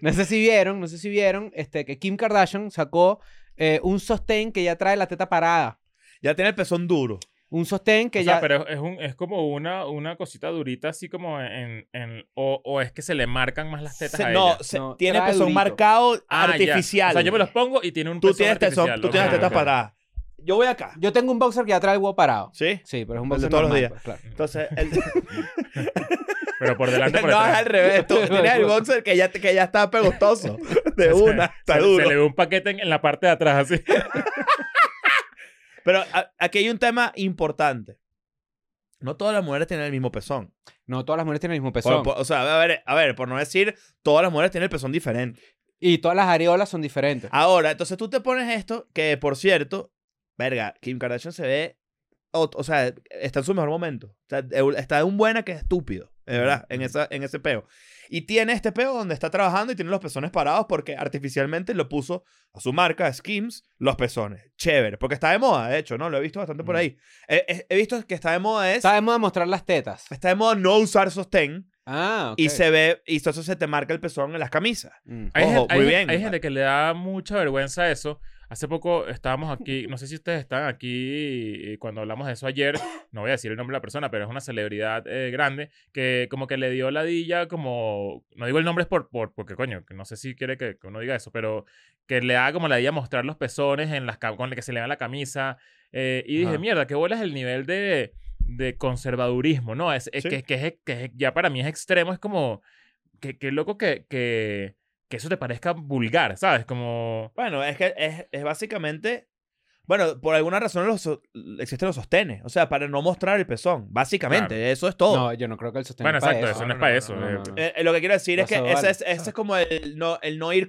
Speaker 2: no sé si vieron, no sé si vieron este, que Kim Kardashian sacó eh, un sostén que ya trae la teta parada.
Speaker 3: ya tiene el pezón duro.
Speaker 2: Un sostén que
Speaker 1: O sea,
Speaker 2: ya...
Speaker 1: pero es, un, es como una, una cosita durita, así como en. en- o, o es que se le marcan más las tetas.
Speaker 3: Se-
Speaker 1: a
Speaker 3: no,
Speaker 1: ella.
Speaker 3: se-
Speaker 2: No,
Speaker 3: tiene el
Speaker 2: trae
Speaker 3: pezón
Speaker 2: durito.
Speaker 3: marcado
Speaker 1: Ah, ya.
Speaker 3: artificial.
Speaker 1: O sea, yo me los pongo y tiene un
Speaker 3: Tú
Speaker 1: pezón
Speaker 3: tienes pezón,
Speaker 1: artificial,
Speaker 3: tú tienes
Speaker 1: ok,
Speaker 3: tetas
Speaker 1: ok.
Speaker 3: paradas. Yo voy acá.
Speaker 2: Yo tengo un boxer que ya trae el huevo parado.
Speaker 3: ¿Sí?
Speaker 2: Sí, pero es un
Speaker 3: El
Speaker 2: boxer
Speaker 3: de todos los
Speaker 2: normal,
Speaker 3: días.
Speaker 2: pues, claro.
Speaker 3: Entonces, el-
Speaker 1: Pero por delante, por
Speaker 3: no, es
Speaker 1: detrás.
Speaker 3: al revés. Tú tienes el boxer que ya, que ya está pegostoso. De una, está
Speaker 1: se,
Speaker 3: duro.
Speaker 1: se le ve un paquete en, en la parte de atrás, así.
Speaker 3: Pero a- aquí hay un tema importante. No todas las mujeres tienen el mismo pezón.
Speaker 2: No, todas las mujeres tienen el mismo
Speaker 3: Por-
Speaker 2: pezón.
Speaker 3: por- o sea, a ver, a ver, por no decir, todas las mujeres tienen el pezón diferente.
Speaker 2: Y todas las areolas son diferentes.
Speaker 3: Ahora, entonces tú te pones esto, que por cierto, verga, Kim Kardashian se ve, o, o sea, está en su mejor momento. O sea, eu- está de un buena que es estúpido, de verdad, en, esa, en ese peo. Y tiene este peo donde está trabajando y tiene los pezones parados porque artificialmente lo puso a su marca, Skims, los pezones. Chévere, porque está de moda, de hecho, ¿no? Lo he visto bastante por
Speaker 1: Mm.
Speaker 3: ahí. He, he- he visto que está de moda es,
Speaker 2: Sabemos mostrar las tetas.
Speaker 3: está de moda no usar sostén
Speaker 2: Ah, ok.
Speaker 3: y se ve, y eso se te marca el pezón en las camisas.
Speaker 2: Mm.
Speaker 1: Hay,
Speaker 3: Ojo,
Speaker 1: gen- hay
Speaker 3: muy
Speaker 1: gen-
Speaker 3: bien.
Speaker 1: hay gente que le da mucha vergüenza eso. Hace poco estábamos aquí, no sé si ustedes están aquí eh, cuando hablamos de eso ayer, no voy a decir el nombre de la persona, pero es una celebridad eh, grande que como que le dio ladilla como, no digo el nombre es por, por porque coño, que no sé si quiere que, que uno diga eso, pero que le da como ladilla mostrar los pezones en las cam- con el que se le da la camisa eh, y dije,
Speaker 3: Ajá.
Speaker 1: mierda, qué bola es el nivel de, de conservadurismo, ¿no? Es, es
Speaker 3: Sí.
Speaker 1: que, que es- que es- ya para mí es extremo, es como, qué que loco que, que, que eso te parezca vulgar, ¿sabes? Como...
Speaker 3: Bueno, es que es, es básicamente. Bueno, por alguna razón los, so- existen los sostenes. O sea, para no mostrar el pezón. Básicamente,
Speaker 1: Claro.
Speaker 3: eso es todo.
Speaker 2: No, yo no creo que el sostén
Speaker 1: Bueno,
Speaker 2: es para
Speaker 1: exacto,
Speaker 2: eso.
Speaker 1: eso no es para eso.
Speaker 2: no,
Speaker 1: eh.
Speaker 2: no, no.
Speaker 3: Eh, eh, lo que quiero decir
Speaker 2: No
Speaker 3: es que
Speaker 2: se
Speaker 3: ese
Speaker 2: vale.
Speaker 3: es, ese es como el no, el no ir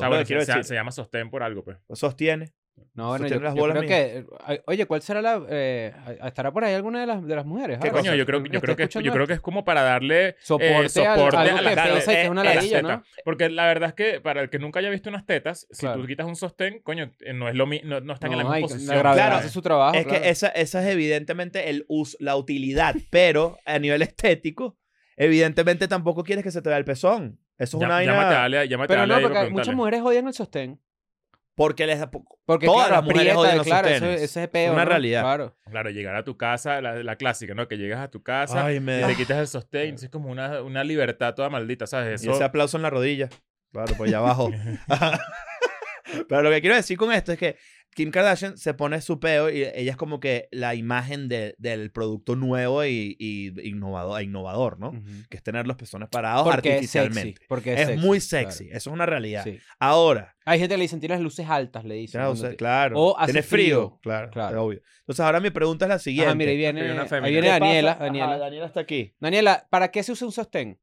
Speaker 1: O sea,
Speaker 3: lo
Speaker 1: bueno,
Speaker 3: que quiero
Speaker 1: se, se-
Speaker 3: decir.
Speaker 1: se llama sostén por algo, pues.
Speaker 3: Sostiene.
Speaker 2: No, bueno, yo,
Speaker 3: Sostener las
Speaker 2: yo
Speaker 3: bolas
Speaker 2: creo que... eh, Oye, ¿cuál será la... eh, ¿Estará por ahí alguna de las, de las mujeres?
Speaker 3: ¿Qué
Speaker 2: Ahora,
Speaker 1: Coño,
Speaker 3: cosa?
Speaker 1: yo creo, yo
Speaker 2: ¿Está
Speaker 1: creo, que, es-
Speaker 2: escuchando
Speaker 1: yo creo que es como para darle eh,
Speaker 2: Soporte al-
Speaker 1: soporte
Speaker 2: algo
Speaker 1: a
Speaker 2: que
Speaker 1: las
Speaker 3: claro,
Speaker 2: pesa y que
Speaker 3: eh,
Speaker 2: es una
Speaker 3: eh, la
Speaker 1: las
Speaker 2: ladilla,
Speaker 1: tetas.
Speaker 2: ¿no?
Speaker 1: Porque la verdad es que para el que nunca haya visto unas tetas, si
Speaker 2: Claro.
Speaker 1: tú quitas un sostén, coño, eh, no es lo mi- no, no están en la
Speaker 2: No,
Speaker 1: misma
Speaker 2: hay-
Speaker 1: posición.
Speaker 2: la gravedad
Speaker 3: Claro,
Speaker 2: hace su trabajo.
Speaker 3: es
Speaker 2: Ah, claro.
Speaker 3: que esa, esa es evidentemente el us- la utilidad. pero a nivel estético, evidentemente tampoco quieres que se te vea el pezón. Eso es
Speaker 1: Ya-
Speaker 3: una vaina.
Speaker 1: Llámate a Ale, llámate a
Speaker 2: Pero
Speaker 1: Ale
Speaker 2: no,
Speaker 1: y
Speaker 2: porque
Speaker 1: preguntale.
Speaker 2: muchas mujeres odian el sostén.
Speaker 3: Porque les da po-
Speaker 2: Porque
Speaker 3: Todas
Speaker 2: claro,
Speaker 3: las mujeres
Speaker 2: aprieta,
Speaker 3: odian los
Speaker 2: claro, ese,
Speaker 3: sostenes.
Speaker 2: ese es peor.
Speaker 3: Una
Speaker 2: ¿no?
Speaker 3: realidad.
Speaker 2: Claro.
Speaker 1: Claro, llegar a tu casa, la, la clásica, ¿no? Que llegas a tu casa
Speaker 3: Ay,
Speaker 1: y
Speaker 3: me-
Speaker 1: te quitas el sostén. Es como una, una libertad toda maldita, ¿sabes?
Speaker 3: Y
Speaker 1: Eso,
Speaker 3: ese aplauso en la rodilla. Claro, pues ya abajo. Pero lo que quiero decir con esto es que Kim Kardashian se pone su peo y ella es como que la imagen de- del producto nuevo y, y innovador, e innovador, ¿no?
Speaker 2: Ujú.
Speaker 3: Que es tener los pezones parados
Speaker 2: Porque es sexy.
Speaker 3: artificialmente.
Speaker 2: Porque
Speaker 3: Es,
Speaker 2: es, sexy, claro.
Speaker 3: muy sexy, eso es una realidad.
Speaker 2: Sí.
Speaker 3: Ahora,
Speaker 2: Hay gente que le dicen, tiene las luces altas, le dicen.
Speaker 3: claro,
Speaker 2: cuando
Speaker 3: o sea,
Speaker 2: te-
Speaker 3: claro,
Speaker 2: o hace
Speaker 3: tiene frío,
Speaker 2: frío.
Speaker 3: claro,
Speaker 2: Claro.
Speaker 3: obvio. Entonces ahora mi pregunta es la siguiente.
Speaker 2: Ajá, mira, ahí viene,
Speaker 4: Hay una
Speaker 2: ahí
Speaker 4: fémina.
Speaker 2: viene
Speaker 4: ¿Qué
Speaker 2: Daniela.
Speaker 3: Ajá,
Speaker 2: Daniela.
Speaker 3: Daniela está aquí.
Speaker 2: Daniela, ¿para qué se usa un sostén?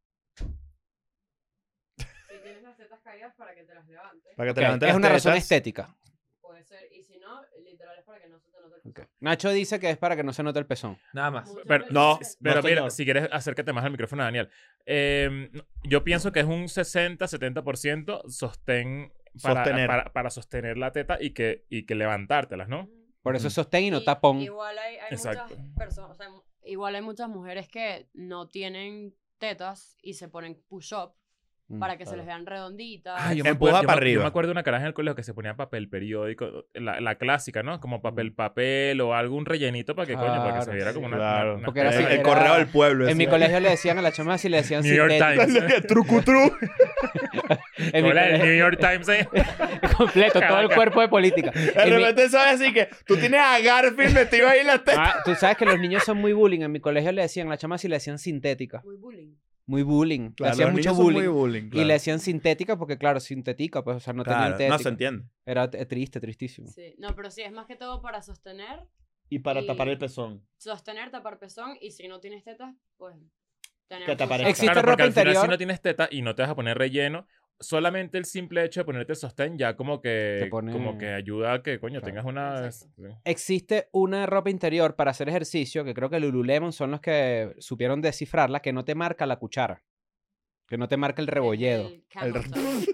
Speaker 5: Si tienes las tetas caídas para que te las levantes,
Speaker 3: Para que te
Speaker 2: Ok,
Speaker 3: levantes
Speaker 2: Es
Speaker 3: las
Speaker 2: una razón
Speaker 3: tetas.
Speaker 2: estética.
Speaker 5: puede ser. Y si no, literal es para que no se te note el pezón.
Speaker 2: Nacho dice que es para que no se note el pezón.
Speaker 4: Nada más.
Speaker 5: Muchas
Speaker 1: Pero,
Speaker 5: veces-
Speaker 3: no,
Speaker 1: Pero mira,
Speaker 3: señor.
Speaker 1: si quieres, acércate más al micrófono, Daniel. Eh, yo pienso que es un 60-70% sostén para,
Speaker 3: Sostener.
Speaker 1: Para, para sostener la teta y que, y que levantártelas, ¿no?
Speaker 5: Ujú.
Speaker 2: Por eso
Speaker 3: Ujú.
Speaker 2: es sostén y no
Speaker 5: "Mm, Y-
Speaker 2: tapón.
Speaker 5: Igual hay, hay muchas
Speaker 1: Exacto.
Speaker 5: personas, o sea, mu- igual hay muchas mujeres que no tienen tetas y se ponen push-up
Speaker 2: Mm,
Speaker 5: para que se
Speaker 2: claro.
Speaker 5: les vean redonditas.
Speaker 1: Ah, yo me,
Speaker 3: Empuja
Speaker 1: acuerdo, yo
Speaker 3: para
Speaker 1: me- yo
Speaker 3: arriba.
Speaker 1: me acuerdo de una caraja en el colegio que se ponía papel periódico, la, la clásica, ¿no? Como papel, papel o algún rellenito para que, coño, para que se
Speaker 2: Claro,
Speaker 1: viera como una.
Speaker 3: claro.
Speaker 1: una- una
Speaker 2: Porque era
Speaker 1: estrella.
Speaker 2: así,
Speaker 3: el
Speaker 2: era-
Speaker 3: correo del pueblo.
Speaker 2: En mi
Speaker 3: ese.
Speaker 2: colegio le decían a la chama así, le decían
Speaker 1: New York
Speaker 2: sintético.
Speaker 1: Times.
Speaker 3: Trucu, trucu.
Speaker 2: En mi
Speaker 1: Como la del
Speaker 2: colegio-
Speaker 1: New York Times. ¿eh?
Speaker 2: completo, todo el cuerpo de política.
Speaker 3: De
Speaker 2: En mi-
Speaker 3: repente sabes así que tú tienes a Garfield metido ahí en la teta.
Speaker 2: Ah, tú sabes que los niños son muy bullying. En mi colegio le decían a la chama si le decían sintética.
Speaker 5: Muy bullying.
Speaker 2: Muy bullying. le
Speaker 3: Claro,
Speaker 2: hacían
Speaker 3: los
Speaker 2: mucho
Speaker 3: niños son
Speaker 2: bullying.
Speaker 3: muy bullying,
Speaker 2: Y
Speaker 3: claro.
Speaker 2: le decían sintética porque, claro, sintética, pues, o sea, no
Speaker 3: Claro,
Speaker 2: tenían tética.
Speaker 3: No se entiende.
Speaker 2: Era t- triste, tristísimo.
Speaker 5: Sí. No, pero sí, es más que todo para sostener,
Speaker 3: Y
Speaker 5: para Y- tapar el
Speaker 3: pezón.
Speaker 5: sostener, tapar pezón y si no tienes tetas, pues tener
Speaker 3: Que te
Speaker 5: pulso.
Speaker 3: aparezca.
Speaker 2: Existe
Speaker 1: claro, porque
Speaker 2: ropa
Speaker 1: al final,
Speaker 2: interior.
Speaker 1: si no tienes teta y no te vas a poner relleno, solamente el simple hecho de ponerte sostén ya como que,
Speaker 2: Te pone-
Speaker 1: como que ayuda a que, coño,
Speaker 2: Claro.
Speaker 1: tengas una.
Speaker 5: Exacto.
Speaker 2: Existe una ropa interior para hacer ejercicio que creo que Lululemon son los que supieron descifrarla, que no te marca la cuchara. Que no te marca el rebolledo.
Speaker 5: El camel
Speaker 3: El-
Speaker 5: toe.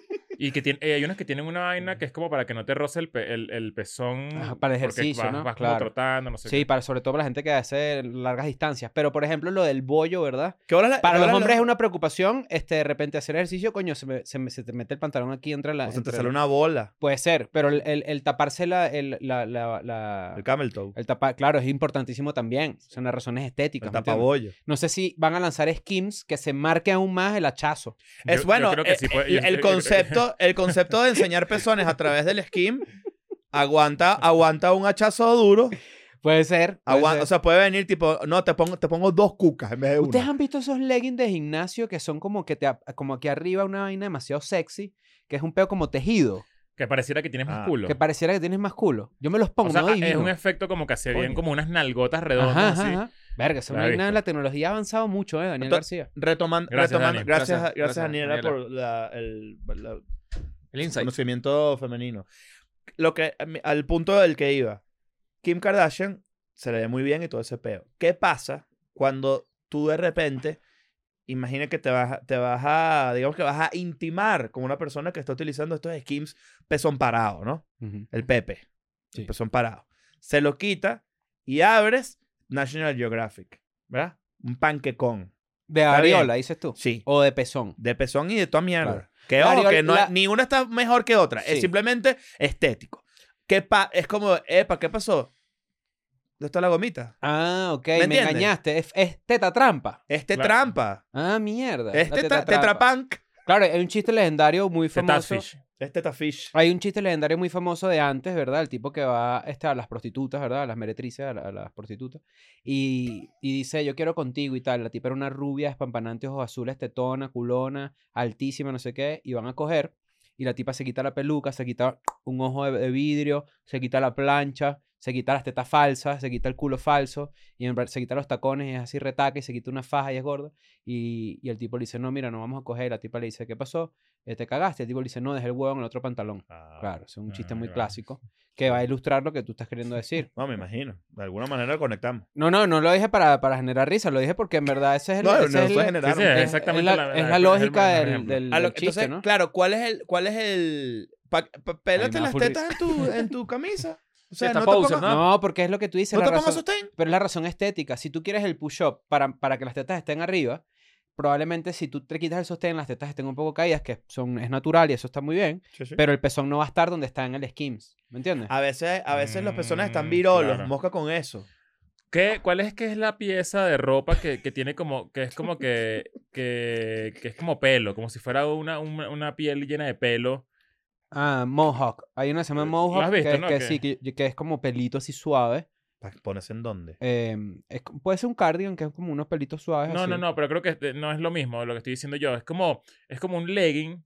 Speaker 1: Y que tiene, eh, hay unos que tienen una vaina que es como para que no te roce el, pe- el, el pezón.
Speaker 2: Ajá, para el
Speaker 1: porque
Speaker 2: ejercicio,
Speaker 1: vas,
Speaker 2: ¿no?
Speaker 1: vas como
Speaker 2: Claro.
Speaker 1: trotando, no sé
Speaker 2: Sí,
Speaker 1: qué.
Speaker 2: para, sobre todo para la gente que hace largas distancias. Pero, por ejemplo, lo del bollo, ¿verdad?
Speaker 3: ¿Qué hora es la-
Speaker 2: Para
Speaker 3: qué
Speaker 2: los
Speaker 3: hora
Speaker 2: hombres
Speaker 3: la-
Speaker 2: es una preocupación, este, de repente hacer ejercicio, coño, se, me- se me- se te mete el pantalón aquí entre la...
Speaker 3: O sea, te
Speaker 2: entre-
Speaker 3: sale una bola.
Speaker 2: Puede ser, pero el, el- el taparse la... El, la, la- la-
Speaker 3: El camel toe.
Speaker 2: el tapa- claro, es importantísimo también. Son las razones estéticas.
Speaker 3: El
Speaker 2: ¿me entiendes?
Speaker 3: tapabollo.
Speaker 2: No sé si van a lanzar skims que se marque aún más el hachazo.
Speaker 1: Yo-
Speaker 3: Es
Speaker 1: yo
Speaker 3: bueno,
Speaker 1: creo que
Speaker 3: eh,
Speaker 1: sí puede-
Speaker 3: el,
Speaker 1: yo- yo creo que-
Speaker 3: concepto, el concepto de enseñar pezones a través del skim aguanta, aguanta un hachazo duro.
Speaker 2: Puede ser. puede
Speaker 3: Aguanta,
Speaker 2: ser.
Speaker 3: o sea, puede venir tipo, no, te pongo, te pongo dos cucas en vez de
Speaker 2: ¿Ustedes
Speaker 3: una.
Speaker 2: han visto esos leggings de gimnasio que son como que te, ap- como aquí arriba una vaina demasiado sexy, que es un peo como tejido,
Speaker 1: Que pareciera que tienes más
Speaker 3: Ah,
Speaker 1: culo.
Speaker 2: que pareciera que tienes más culo? Yo me los pongo,
Speaker 1: o sea,
Speaker 2: ¿no?
Speaker 1: ah, es
Speaker 2: Divino.
Speaker 1: un efecto como que se ven
Speaker 2: Coño.
Speaker 1: como unas nalgotas redondas.
Speaker 2: Ajá,
Speaker 1: así.
Speaker 2: ajá, ajá. Verga, esa
Speaker 1: La he
Speaker 2: vaina,
Speaker 1: visto.
Speaker 2: la tecnología ha avanzado mucho, ¿eh, Daniel
Speaker 3: Ento-
Speaker 2: García?
Speaker 3: Retoman-
Speaker 1: Gracias,
Speaker 3: retomando,
Speaker 1: Dani.
Speaker 3: gracias, gracias,
Speaker 4: Gracias, gracias,
Speaker 3: Daniela,
Speaker 4: Daniela.
Speaker 3: por la- el- la,
Speaker 4: El insight.
Speaker 3: conocimiento femenino. Lo que, a mi- al punto del que iba, Kim Kardashian se le ve muy bien y todo ese peo. ¿Qué pasa cuando tú de repente, imagina que te vas, a- te vas a, digamos que vas a intimar con una persona que está utilizando estos skims pezón parado, ¿no?
Speaker 2: Ujú.
Speaker 3: El Pepe.
Speaker 2: Sí.
Speaker 3: El pezón parado. Se lo quita y abres National Geographic, ¿verdad? Un panquecón.
Speaker 2: De
Speaker 3: Está bien.
Speaker 2: areola, dices tú.
Speaker 3: Sí.
Speaker 2: O de pezón.
Speaker 3: De pezón y de toda mierda.
Speaker 2: Claro.
Speaker 3: Que
Speaker 2: La
Speaker 3: ojo,
Speaker 2: areola-
Speaker 3: que no,
Speaker 2: la-
Speaker 3: ni una está mejor que otra. Es
Speaker 2: Sí.
Speaker 3: simplemente estético. Que pa- es como, epa, ¿qué pasó? ¿Dónde está la gomita?
Speaker 2: Ah, ok,
Speaker 3: ¿Me
Speaker 2: me,
Speaker 3: entiendes?
Speaker 2: engañaste. Es, es teta trampa.
Speaker 3: Este
Speaker 1: Claro.
Speaker 3: trampa.
Speaker 2: Ah, mierda. la
Speaker 3: Este
Speaker 2: teta
Speaker 3: tra- tetra
Speaker 2: trampa.
Speaker 3: punk.
Speaker 2: Claro, hay un chiste legendario muy famoso.
Speaker 1: Tetatfish.
Speaker 3: Este teta fish.
Speaker 2: Hay un chiste legendario muy famoso de antes, ¿verdad? El tipo que va este, a las prostitutas, ¿verdad? A las meretrices, a, la- a las prostitutas. Y, y dice, yo quiero contigo y tal. La tipa era una rubia, espampanante, ojos azules, tetona, culona, altísima, no sé qué. Y van a coger. Y la tipa se quita la peluca, se quita un ojo de, de vidrio, se quita la plancha, se quita las tetas falsas, se quita el culo falso. Y en ver- se quita los tacones y es así retaca y se quita una faja y es gorda. Y, y el tipo le dice, no, mira, no vamos a coger. Y la tipa le dice, ¿qué pasó? Eh, te cagaste. El tipo le dice, no, dejé el huevo en el otro pantalón. Claro, es un chiste
Speaker 1: Ah,
Speaker 2: muy
Speaker 1: claro.
Speaker 2: clásico que va a ilustrar lo que tú estás queriendo decir.
Speaker 3: No, me imagino. De alguna manera conectamos.
Speaker 2: No, no, no lo dije para, para generar risa, lo dije porque en verdad ese es el.
Speaker 3: No,
Speaker 2: ese
Speaker 3: no
Speaker 2: es el- eh,
Speaker 3: fue
Speaker 1: Sí,
Speaker 3: generar.
Speaker 1: sí,
Speaker 3: un-
Speaker 2: es-
Speaker 1: es exactamente
Speaker 2: es la,
Speaker 1: la-
Speaker 2: es la
Speaker 1: la- el-
Speaker 2: lógica
Speaker 1: el
Speaker 2: del,
Speaker 1: ejemplo.
Speaker 2: del-
Speaker 3: A Ah, lo-
Speaker 2: del chiste,
Speaker 3: entonces,
Speaker 2: ¿no?
Speaker 3: claro, ¿cuál es el. ¿Cuál es el. pa- pa- pélate
Speaker 2: Ay, me da
Speaker 3: las
Speaker 2: full
Speaker 3: tetas en tu, en tu camisa? O sea,
Speaker 4: está
Speaker 3: no te
Speaker 4: pausa,
Speaker 3: pongas,
Speaker 4: ¿no?
Speaker 2: No, porque es lo que tú dices.
Speaker 3: no
Speaker 2: la
Speaker 3: te pongas
Speaker 2: razón-
Speaker 3: sostén.
Speaker 2: pero es la razón estética. Si tú quieres el push-up para, para que las tetas estén arriba, probablemente si tú te quitas el sostén, las tetas estén un poco caídas, que son, es natural y eso está muy bien, pero el pezón no va a estar donde está en el skims. ¿Me entiendes?
Speaker 3: A veces, a veces los personas están
Speaker 1: Mm,
Speaker 3: virolos,
Speaker 1: claro.
Speaker 3: mosca con eso.
Speaker 1: ¿Qué, ¿Cuál es que es la pieza de ropa que, que tiene como, que es como que, que, que es como pelo, como si fuera una, una, una piel llena de pelo?
Speaker 2: Ah, Mohawk. Hay una que se llama
Speaker 1: ¿Lo has
Speaker 2: Mohawk que,
Speaker 1: visto,
Speaker 2: es-
Speaker 1: no?
Speaker 2: que
Speaker 1: ¿Qué?
Speaker 2: sí, que, que es como pelito así suave.
Speaker 3: Pa- ¿Pones en dónde?
Speaker 2: Em, es co- puede ser un cardigan que es como unos pelitos suaves.
Speaker 1: No,
Speaker 2: así.
Speaker 1: no, no, pero creo que este- no es lo mismo lo que estoy diciendo yo. Es como, es como un legging,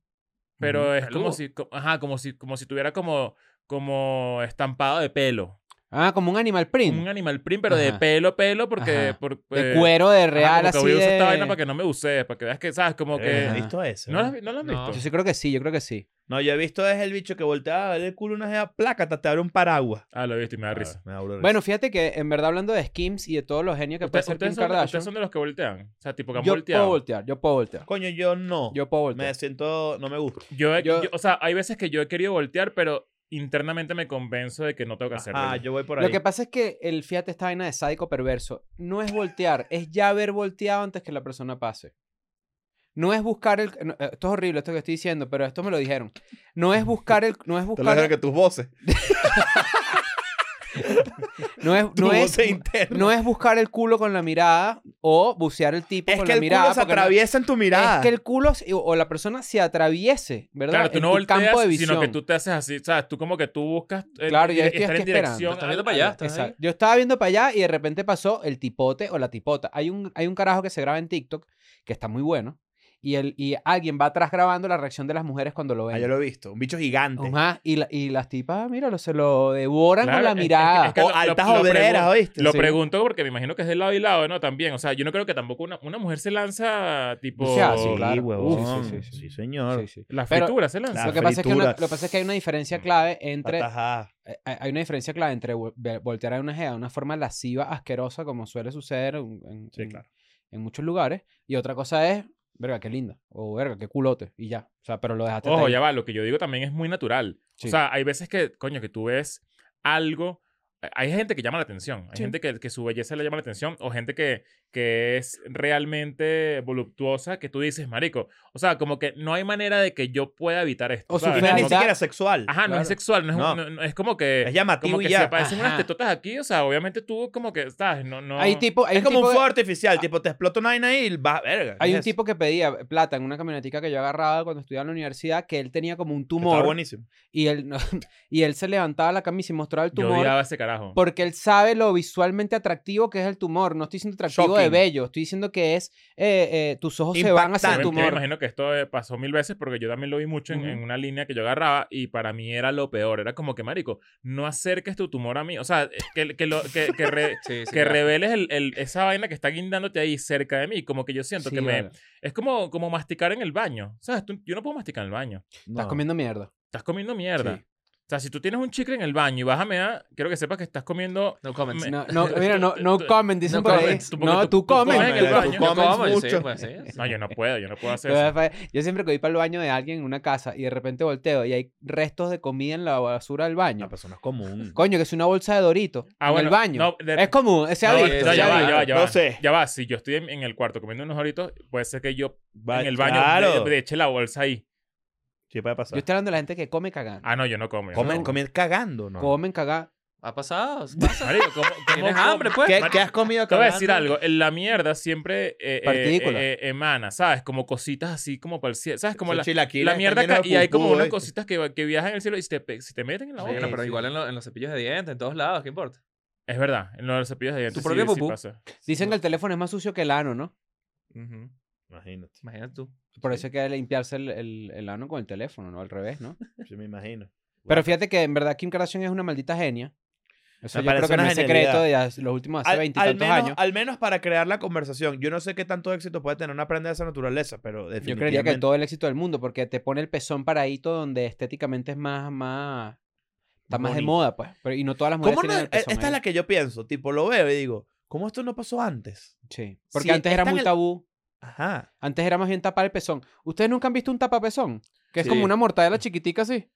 Speaker 1: pero es como
Speaker 4: Peludo.
Speaker 1: si, co- ajá, como si, como si tuviera como, como estampado de pelo.
Speaker 2: Ah, como un animal print.
Speaker 1: Un animal print, pero de
Speaker 2: Ajá.
Speaker 1: pelo, pelo, porque...
Speaker 2: Ajá.
Speaker 1: por-
Speaker 2: de
Speaker 1: eh,
Speaker 2: cuero, de
Speaker 1: ajá,
Speaker 2: real,
Speaker 1: como que
Speaker 2: así
Speaker 1: voy a usar
Speaker 2: de...
Speaker 1: esta vaina para que no me uses, para que veas que, ¿sabes? Como
Speaker 3: Eh,
Speaker 1: que...
Speaker 3: ¿Has
Speaker 2: Ajá.
Speaker 3: visto eso? ¿eh?
Speaker 1: ¿No, lo has vi- no lo has
Speaker 4: No.
Speaker 1: visto?
Speaker 2: Yo sí creo que sí, yo creo que sí.
Speaker 3: No, yo he visto es el bicho que volteaba a ver el culo una jeva, plácata, te abre un paraguas.
Speaker 1: Ah, lo he visto y me da
Speaker 3: Ah,
Speaker 1: risa.
Speaker 3: me da burda de
Speaker 2: Bueno, fíjate que en verdad hablando de skims y de todos los genios que puede
Speaker 1: ¿Ustedes,
Speaker 2: ser Kim
Speaker 1: ustedes son,
Speaker 2: Kardashian,
Speaker 1: ustedes son de los que voltean. O sea, tipo que han
Speaker 2: yo puedo
Speaker 1: volteado.
Speaker 2: voltear, yo puedo voltear.
Speaker 3: risa. Coño, yo no.
Speaker 2: Yo puedo
Speaker 3: me
Speaker 2: voltear.
Speaker 3: siento, no me gusta.
Speaker 1: Yo, he-
Speaker 2: Yo-
Speaker 1: yo- o sea, hay veces que yo he querido voltear, pero internamente me convenzo de que no tengo que hacerlo.
Speaker 3: Ah,
Speaker 1: ya.
Speaker 3: yo voy por ahí.
Speaker 2: Lo que pasa es que el fíjate esta vaina de sádico perverso no es voltear, es ya haber volteado antes que la persona pase. No es buscar el... no, eh, esto es horrible esto que estoy diciendo, pero esto me lo dijeron. No es buscar el... No es
Speaker 3: Te lo dijeron
Speaker 2: buscar...
Speaker 3: que tus voces.
Speaker 2: No es,
Speaker 3: Tus
Speaker 2: no es,
Speaker 3: voces internas.
Speaker 2: no es buscar el culo con la mirada o bucear el tipo
Speaker 3: es
Speaker 2: con
Speaker 3: que
Speaker 2: la
Speaker 3: el
Speaker 2: mirada.
Speaker 3: culo se
Speaker 2: porque no-
Speaker 3: atraviesa en tu mirada.
Speaker 2: Es que el culo se- o la persona se atraviese, ¿verdad?
Speaker 1: Claro, tú
Speaker 2: en
Speaker 1: no
Speaker 2: tu
Speaker 1: volteas,
Speaker 2: campo de visión.
Speaker 1: sino que tú te haces así, ¿sabes? Tú como que tú buscas eh,
Speaker 2: Claro,
Speaker 1: dire-
Speaker 2: ya estoy
Speaker 1: estar
Speaker 2: aquí
Speaker 1: en dirección.
Speaker 4: Estás
Speaker 1: al-
Speaker 4: viendo para allá,
Speaker 1: al-
Speaker 4: estás ahí.
Speaker 2: Exacto. Yo estaba viendo para allá y de repente pasó el tipote o la tipota. Hay un, hay un carajo que se graba en TikTok que está muy bueno y, el, y alguien va atrás grabando la reacción de las mujeres cuando lo
Speaker 3: Ah,
Speaker 2: ven.
Speaker 3: yo lo he visto. Un bicho gigante.
Speaker 2: Ajá, y, la- y las tipas, míralo, se lo devoran
Speaker 1: Claro,
Speaker 2: con la
Speaker 1: es- es que-
Speaker 2: mirada.
Speaker 1: es que-
Speaker 3: O
Speaker 1: lo- lo-
Speaker 3: altas
Speaker 1: lo
Speaker 3: obreras,
Speaker 1: pregun-
Speaker 3: ¿oíste?
Speaker 1: Lo
Speaker 3: Sí.
Speaker 1: pregunto porque me imagino que es de lado y lado, ¿no? También, o sea, yo no creo que tampoco una, una mujer se lanza tipo...
Speaker 2: O sea, sí,
Speaker 3: Ah, Sí,
Speaker 2: claro.
Speaker 3: huevón.
Speaker 2: Uf, sí, sí, sí, sí.
Speaker 3: Sí, señor.
Speaker 2: Sí, sí.
Speaker 1: La
Speaker 2: Pero-
Speaker 1: fritura se lanza.
Speaker 3: La
Speaker 2: Lo que, pasa es que una-
Speaker 3: fritura.
Speaker 2: lo que pasa es que hay una diferencia clave entre
Speaker 3: Atajá.
Speaker 2: eh, hay hay una diferencia clave entre vol- ve- voltear a una jeva de una forma lasciva, asquerosa, como suele suceder en, en-
Speaker 3: Sí,
Speaker 2: en-
Speaker 3: claro.
Speaker 2: en muchos lugares, y otra cosa es, verga, qué linda, o verga, qué culote, y ya. O sea, pero lo dejaste. hasta
Speaker 1: Ojo,
Speaker 2: ahí.
Speaker 1: ya va, lo que yo digo también es muy natural.
Speaker 2: Sí.
Speaker 1: O sea, hay veces que, coño, que tú ves algo. eh, Hay gente que llama la atención, hay gente que, que su belleza le llama la atención, o gente que, que es realmente voluptuosa, que tú dices, marico. O sea, como que no hay manera de que yo pueda evitar esto.
Speaker 2: O su
Speaker 1: ¿sabes?
Speaker 3: No es
Speaker 2: fealdad.
Speaker 3: ni
Speaker 1: Como que-
Speaker 3: siquiera sexual.
Speaker 1: Ajá, no es sexual, no es, un-
Speaker 3: No.
Speaker 1: no- no- es como que.
Speaker 3: Es llamativo
Speaker 1: como que
Speaker 3: y
Speaker 1: se
Speaker 3: ya.
Speaker 1: aparecen unas
Speaker 4: Ajá.
Speaker 1: tetotas aquí, o sea, obviamente tú como que, ¿sabes? No, no...
Speaker 2: Hay tipo, hay
Speaker 3: Es como un
Speaker 2: tipo que-
Speaker 3: fuego artificial. Tipo, te explota una vaina y vas, verga. ¿qué
Speaker 2: hay
Speaker 3: es
Speaker 2: un
Speaker 3: eso?
Speaker 2: tipo que pedía plata en una camionetica que yo agarraba cuando estudiaba en la universidad, que él tenía como un
Speaker 3: Que Está
Speaker 2: tumor
Speaker 3: buenísimo.
Speaker 2: y él, no- y él se levantaba la camisa y mostraba el
Speaker 1: Yo
Speaker 2: tumor
Speaker 1: odiaba a ese carajo.
Speaker 2: porque él sabe lo visualmente atractivo que es el tumor. No estoy diciendo atractivo de
Speaker 3: Shocking.
Speaker 2: bello, estoy diciendo que es eh, eh, tus ojos se van hacia
Speaker 1: Yo me-
Speaker 2: el
Speaker 3: Impactante.
Speaker 1: yo me
Speaker 2: tumor.
Speaker 1: imagino que esto eh, pasó mil veces porque yo también lo vi mucho en,
Speaker 2: Ujú.
Speaker 1: en una línea que yo agarraba y para mí era lo peor. Era como que, marico, no acerques tu tumor a mí. O sea, eh, que, que, lo- que, que re-
Speaker 4: Sí, sí,
Speaker 1: que
Speaker 4: claro.
Speaker 1: reveles el- el- esa vaina que está guindándote ahí cerca de mí. Como que yo siento
Speaker 2: Sí,
Speaker 1: que me...
Speaker 2: vale.
Speaker 1: Es como, como masticar en el baño. ¿Sabes? Tú- yo no puedo masticar en el baño.
Speaker 2: Estás
Speaker 3: No.
Speaker 2: comiendo mierda.
Speaker 1: Estás comiendo mierda.
Speaker 2: Sí.
Speaker 1: O sea, si tú tienes un chicle en el baño y vas a mear, quiero que sepas que estás comiendo...
Speaker 4: No comments.
Speaker 1: Me-
Speaker 2: No, no, mira, no, no
Speaker 1: Tú-
Speaker 2: comen, dicen
Speaker 4: no
Speaker 2: por ahí.
Speaker 1: comments, tú- porque
Speaker 2: No,
Speaker 1: tú-
Speaker 2: tú
Speaker 1: tú
Speaker 2: comes.
Speaker 1: comes en el
Speaker 2: tú
Speaker 1: baño.
Speaker 2: comes.
Speaker 4: Yo
Speaker 3: comes
Speaker 4: como, sí,
Speaker 3: mucho.
Speaker 4: pues, sí, sí.
Speaker 1: No, yo no puedo, yo no puedo hacer
Speaker 2: Yo,
Speaker 1: eso.
Speaker 2: fa- pues, yo siempre que voy para el baño de alguien en una casa y de repente volteo y hay restos de comida en la basura del
Speaker 3: Una
Speaker 2: baño.
Speaker 3: persona es común.
Speaker 2: Coño, que es una bolsa de dorito
Speaker 1: pues, Ah,
Speaker 2: en
Speaker 1: bueno,
Speaker 2: el baño.
Speaker 1: no, de-
Speaker 2: Es común, ese
Speaker 1: No,
Speaker 2: adicto.
Speaker 1: no,
Speaker 2: ese
Speaker 1: ya va,
Speaker 2: adicto.
Speaker 1: ya va, ya
Speaker 3: No
Speaker 1: va.
Speaker 3: sé.
Speaker 1: Ya va, si yo estoy en, en el cuarto comiendo unos doritos, puede ser que yo
Speaker 3: Va-
Speaker 1: en el baño
Speaker 3: Claro.
Speaker 1: le, le eche la bolsa ahí.
Speaker 3: Sí, puede
Speaker 2: Yo
Speaker 3: pasar.
Speaker 2: estoy hablando de la gente que come cagando.
Speaker 1: Ah, no, yo no como. yo no
Speaker 3: Comen,
Speaker 1: como.
Speaker 3: comen cagando, ¿no?
Speaker 2: Comen cagando.
Speaker 4: Ha pasado.
Speaker 1: Marico, ¿cómo- cómo-
Speaker 4: Tienes
Speaker 1: cómo-
Speaker 4: hambre, pues.
Speaker 3: ¿Qué,
Speaker 1: Mar-
Speaker 3: qué has comido
Speaker 1: Te voy a
Speaker 3: cagando?
Speaker 1: decir algo. en La mierda siempre eh, eh,
Speaker 2: Partícula.
Speaker 1: eh, eh, emana, ¿sabes? Como cositas así como para el cielo. ¿Sabes? Como
Speaker 3: Esos
Speaker 1: la,
Speaker 3: chilaquiles
Speaker 1: la
Speaker 3: están
Speaker 1: mierda
Speaker 3: llenos
Speaker 1: ca-
Speaker 3: de
Speaker 1: y hay como
Speaker 3: pupú,
Speaker 1: unas
Speaker 3: ¿eh?
Speaker 1: cositas que, va- que viajan en el cielo y se te, pe- se te meten en la boca.
Speaker 4: Bueno, pero
Speaker 3: sí.
Speaker 4: igual en, lo- en los cepillos de dientes, en todos lados, ¿qué importa?
Speaker 1: Es verdad. En los cepillos de dientes.
Speaker 4: Tu propio pupú.
Speaker 1: pasa.
Speaker 2: Dicen que el teléfono es más sucio que el ano, ¿no?
Speaker 3: Imagínate.
Speaker 4: Imagínate tú.
Speaker 2: Por eso hay que limpiarse el, el- el ano con el teléfono, ¿no? Al revés, ¿no?
Speaker 3: Sí, me imagino.
Speaker 2: Pero fíjate que en verdad Kim Kardashian es una maldita genia. Eso
Speaker 3: Me
Speaker 2: yo creo
Speaker 3: parece
Speaker 2: que no
Speaker 3: una
Speaker 2: es secreto
Speaker 3: genialidad.
Speaker 2: de hace- los últimos hace
Speaker 3: Al, al
Speaker 2: veintitantos
Speaker 3: menos,
Speaker 2: años.
Speaker 3: al menos para crear la conversación. Yo no sé qué tanto éxito puede tener una prenda de esa naturaleza, pero
Speaker 2: Yo
Speaker 3: definitivamente.
Speaker 2: creería que todo el éxito del mundo, porque te pone el pezón paradito donde estéticamente es más, más, está más de
Speaker 3: Bonito.
Speaker 2: moda, pues. Pero, y no todas las mujeres
Speaker 3: ¿Cómo no- E,
Speaker 2: tienen el pezón
Speaker 3: Esta es
Speaker 2: ahí.
Speaker 3: la que yo pienso. Tipo, lo veo y digo, ¿cómo esto no pasó antes?
Speaker 2: Sí, porque
Speaker 3: Sí,
Speaker 2: antes era
Speaker 3: está en
Speaker 2: muy
Speaker 3: el-
Speaker 2: tabú.
Speaker 3: Ajá.
Speaker 2: Antes era más bien tapar el pezón. ¿Ustedes nunca han visto un tapapezón? Que es
Speaker 4: Sí.
Speaker 2: como una mortadela chiquitica así,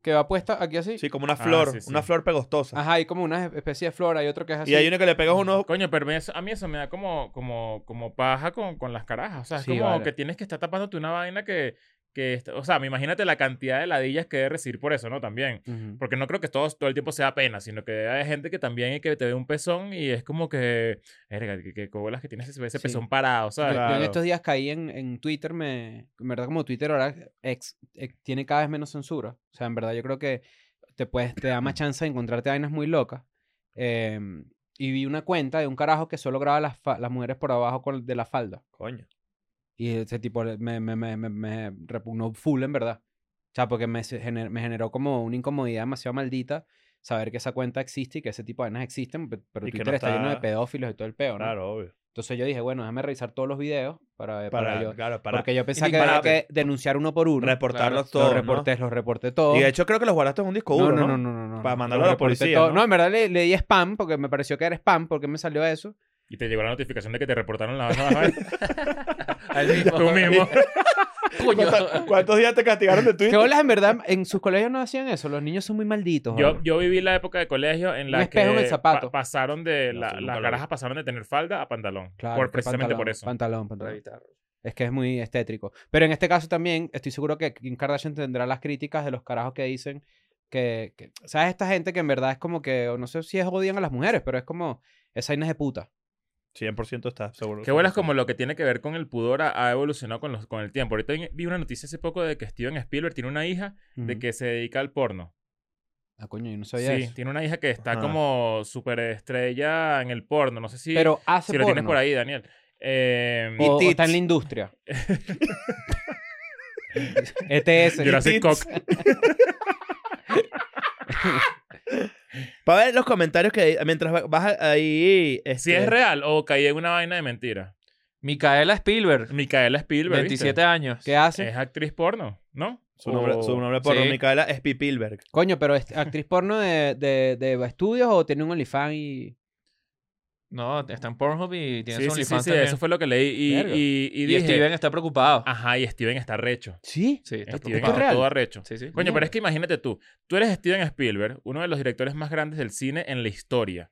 Speaker 2: que va puesta aquí así.
Speaker 3: Sí, como una
Speaker 1: Ah,
Speaker 3: flor,
Speaker 1: sí, sí.
Speaker 3: una flor pegostosa.
Speaker 2: Ajá, hay como una especie de flor, hay otro que es así.
Speaker 3: Y hay uno que le pegas unos
Speaker 1: Coño, pero me- eso- a mí eso me da como, como, como paja con, con las carajas. O sea, es
Speaker 2: Sí,
Speaker 1: como
Speaker 2: vale.
Speaker 1: que tienes que estar tapándote una vaina que, que está- o sea, me imagínate la cantidad de ladillas que debe recibir por eso, ¿no? También.
Speaker 2: Ujú.
Speaker 1: Porque no creo que todos, todo el tiempo sea pena, sino que hay gente que también y que te ve un pezón y es como que, verga, que, que cobolas que tienes ese, ese
Speaker 2: Sí.
Speaker 1: pezón parado,
Speaker 2: Yo-
Speaker 1: ¿sabes?
Speaker 2: Yo en
Speaker 3: Claro.
Speaker 2: estos días caí en, en Twitter, me, en verdad como Twitter ahora ex- ex- tiene cada vez menos censura. O sea, en verdad yo creo que te, puedes, te da más chance de encontrarte vainas muy locas. Eh, y vi una cuenta de un carajo que solo graba las, fa- las mujeres por abajo con- de la falda.
Speaker 3: Coño.
Speaker 2: Y ese tipo le- me, me, me, me, me repugnó full, en verdad. O sea, porque me, se- gener- me generó como una incomodidad demasiado maldita saber que esa cuenta existe y que ese tipo de vainas existen, pe- pero
Speaker 3: Y que no
Speaker 2: Twitter está... lleno de
Speaker 3: está-
Speaker 2: pedófilos y todo el peor.
Speaker 3: Claro, obvio.
Speaker 2: Entonces yo dije, bueno, déjame revisar todos los videos para, para,
Speaker 3: Para,
Speaker 2: yo.
Speaker 3: claro, para
Speaker 2: porque yo pensaba
Speaker 3: y
Speaker 2: que había
Speaker 3: disparate.
Speaker 2: que denunciar uno por uno.
Speaker 3: reportarlos
Speaker 2: los
Speaker 3: todos. ¿no?
Speaker 2: reporté, los reporté todos.
Speaker 3: Y de hecho creo que los guardaste en un disco
Speaker 2: no,
Speaker 3: duro,
Speaker 2: no,
Speaker 3: ¿no?
Speaker 2: no, no, no, no,
Speaker 3: Para
Speaker 2: no,
Speaker 3: mandarlo
Speaker 2: los
Speaker 3: a la
Speaker 2: reporté
Speaker 3: policía,
Speaker 2: todos.
Speaker 3: ¿no?
Speaker 2: No, en verdad le, le di spam porque me pareció que era spam porque me salió eso.
Speaker 1: Y te llegó la notificación de que te reportaron la vaina.
Speaker 4: Al mismo.
Speaker 1: Tú mismo.
Speaker 4: Coño.
Speaker 3: ¿Cuánta- ¿Cuántos días te castigaron de
Speaker 2: Que
Speaker 3: Twitter?
Speaker 2: bolas, en verdad, en sus colegios no hacían eso. Los niños son muy malditos.
Speaker 1: Yo,
Speaker 2: ¿vale?
Speaker 1: yo viví la época de colegio en
Speaker 2: Un
Speaker 1: la que
Speaker 2: espejo en el zapato.
Speaker 1: pasaron de,
Speaker 3: No,
Speaker 1: la-
Speaker 3: sí, nunca
Speaker 1: las
Speaker 3: lo vi.
Speaker 1: garajas pasaron de tener falda a pantalón.
Speaker 2: Claro,
Speaker 1: por,
Speaker 2: que
Speaker 1: precisamente por
Speaker 2: pantalón,
Speaker 1: eso.
Speaker 2: Pantalón,
Speaker 4: Para
Speaker 2: pantalón.
Speaker 4: evitar.
Speaker 2: Es que es muy estétrico. Pero en este caso también estoy seguro que Kim Kardashian tendrá las críticas de los carajos que dicen que, que- ¿sabes? Esta gente que en verdad es como que, o no sé si es odian a las mujeres, pero es como, esa vaina es de puta.
Speaker 3: 100% está seguro.
Speaker 1: Qué buenas como lo que tiene que ver con el pudor ha, ha evolucionado con, los, con el tiempo. Ahorita vi una noticia hace poco de que Steven Spielberg tiene una hija de
Speaker 2: Ujú.
Speaker 1: que se dedica al porno.
Speaker 2: Ah, coño, yo no sabía
Speaker 1: Sí,
Speaker 2: eso.
Speaker 1: tiene una hija que está
Speaker 3: Ajá.
Speaker 1: como súper estrella en el porno. No sé si,
Speaker 2: Pero hace
Speaker 1: si lo
Speaker 2: porno.
Speaker 1: tienes por ahí, Daniel. Eh,
Speaker 2: O, o
Speaker 3: tits.
Speaker 2: está en la industria. E ETS.
Speaker 1: Jurassic Cock.
Speaker 3: Para ver los comentarios que hay- mientras va- vas ahí.
Speaker 1: Si
Speaker 3: este,
Speaker 1: es real o caí en una vaina de mentira.
Speaker 4: Micaela Spielberg,
Speaker 1: Micaela Spielberg.
Speaker 4: 27
Speaker 1: ¿viste?
Speaker 4: años.
Speaker 2: ¿Qué hace?
Speaker 1: Es actriz porno, ¿no?
Speaker 3: Su nombre,
Speaker 1: O-
Speaker 3: su nombre por
Speaker 4: sí.
Speaker 3: Micaela es Pipilberg.
Speaker 2: Coño, pero es actriz porno de, de, de estudios o tiene un OnlyFans y.
Speaker 4: No, está en Pornhub y tiene
Speaker 1: Sí, sí,
Speaker 4: su
Speaker 1: sí,
Speaker 4: OnlyFans
Speaker 1: sí,
Speaker 4: también.
Speaker 1: eso fue lo que leí. Y,
Speaker 2: Verga.
Speaker 1: y, y
Speaker 4: y
Speaker 1: dije,
Speaker 4: Steven está preocupado.
Speaker 1: Ajá, y Steven está recho.
Speaker 2: Sí.
Speaker 4: Sí, está
Speaker 1: Steven
Speaker 2: ¿Esto
Speaker 4: preocupado.
Speaker 2: es
Speaker 1: está
Speaker 2: real?
Speaker 1: todo arrecho.
Speaker 4: Sí, sí.
Speaker 1: Coño,
Speaker 2: Mierda.
Speaker 1: pero es que imagínate tú. Tú eres Steven Spielberg, uno de los directores más grandes del cine en la historia.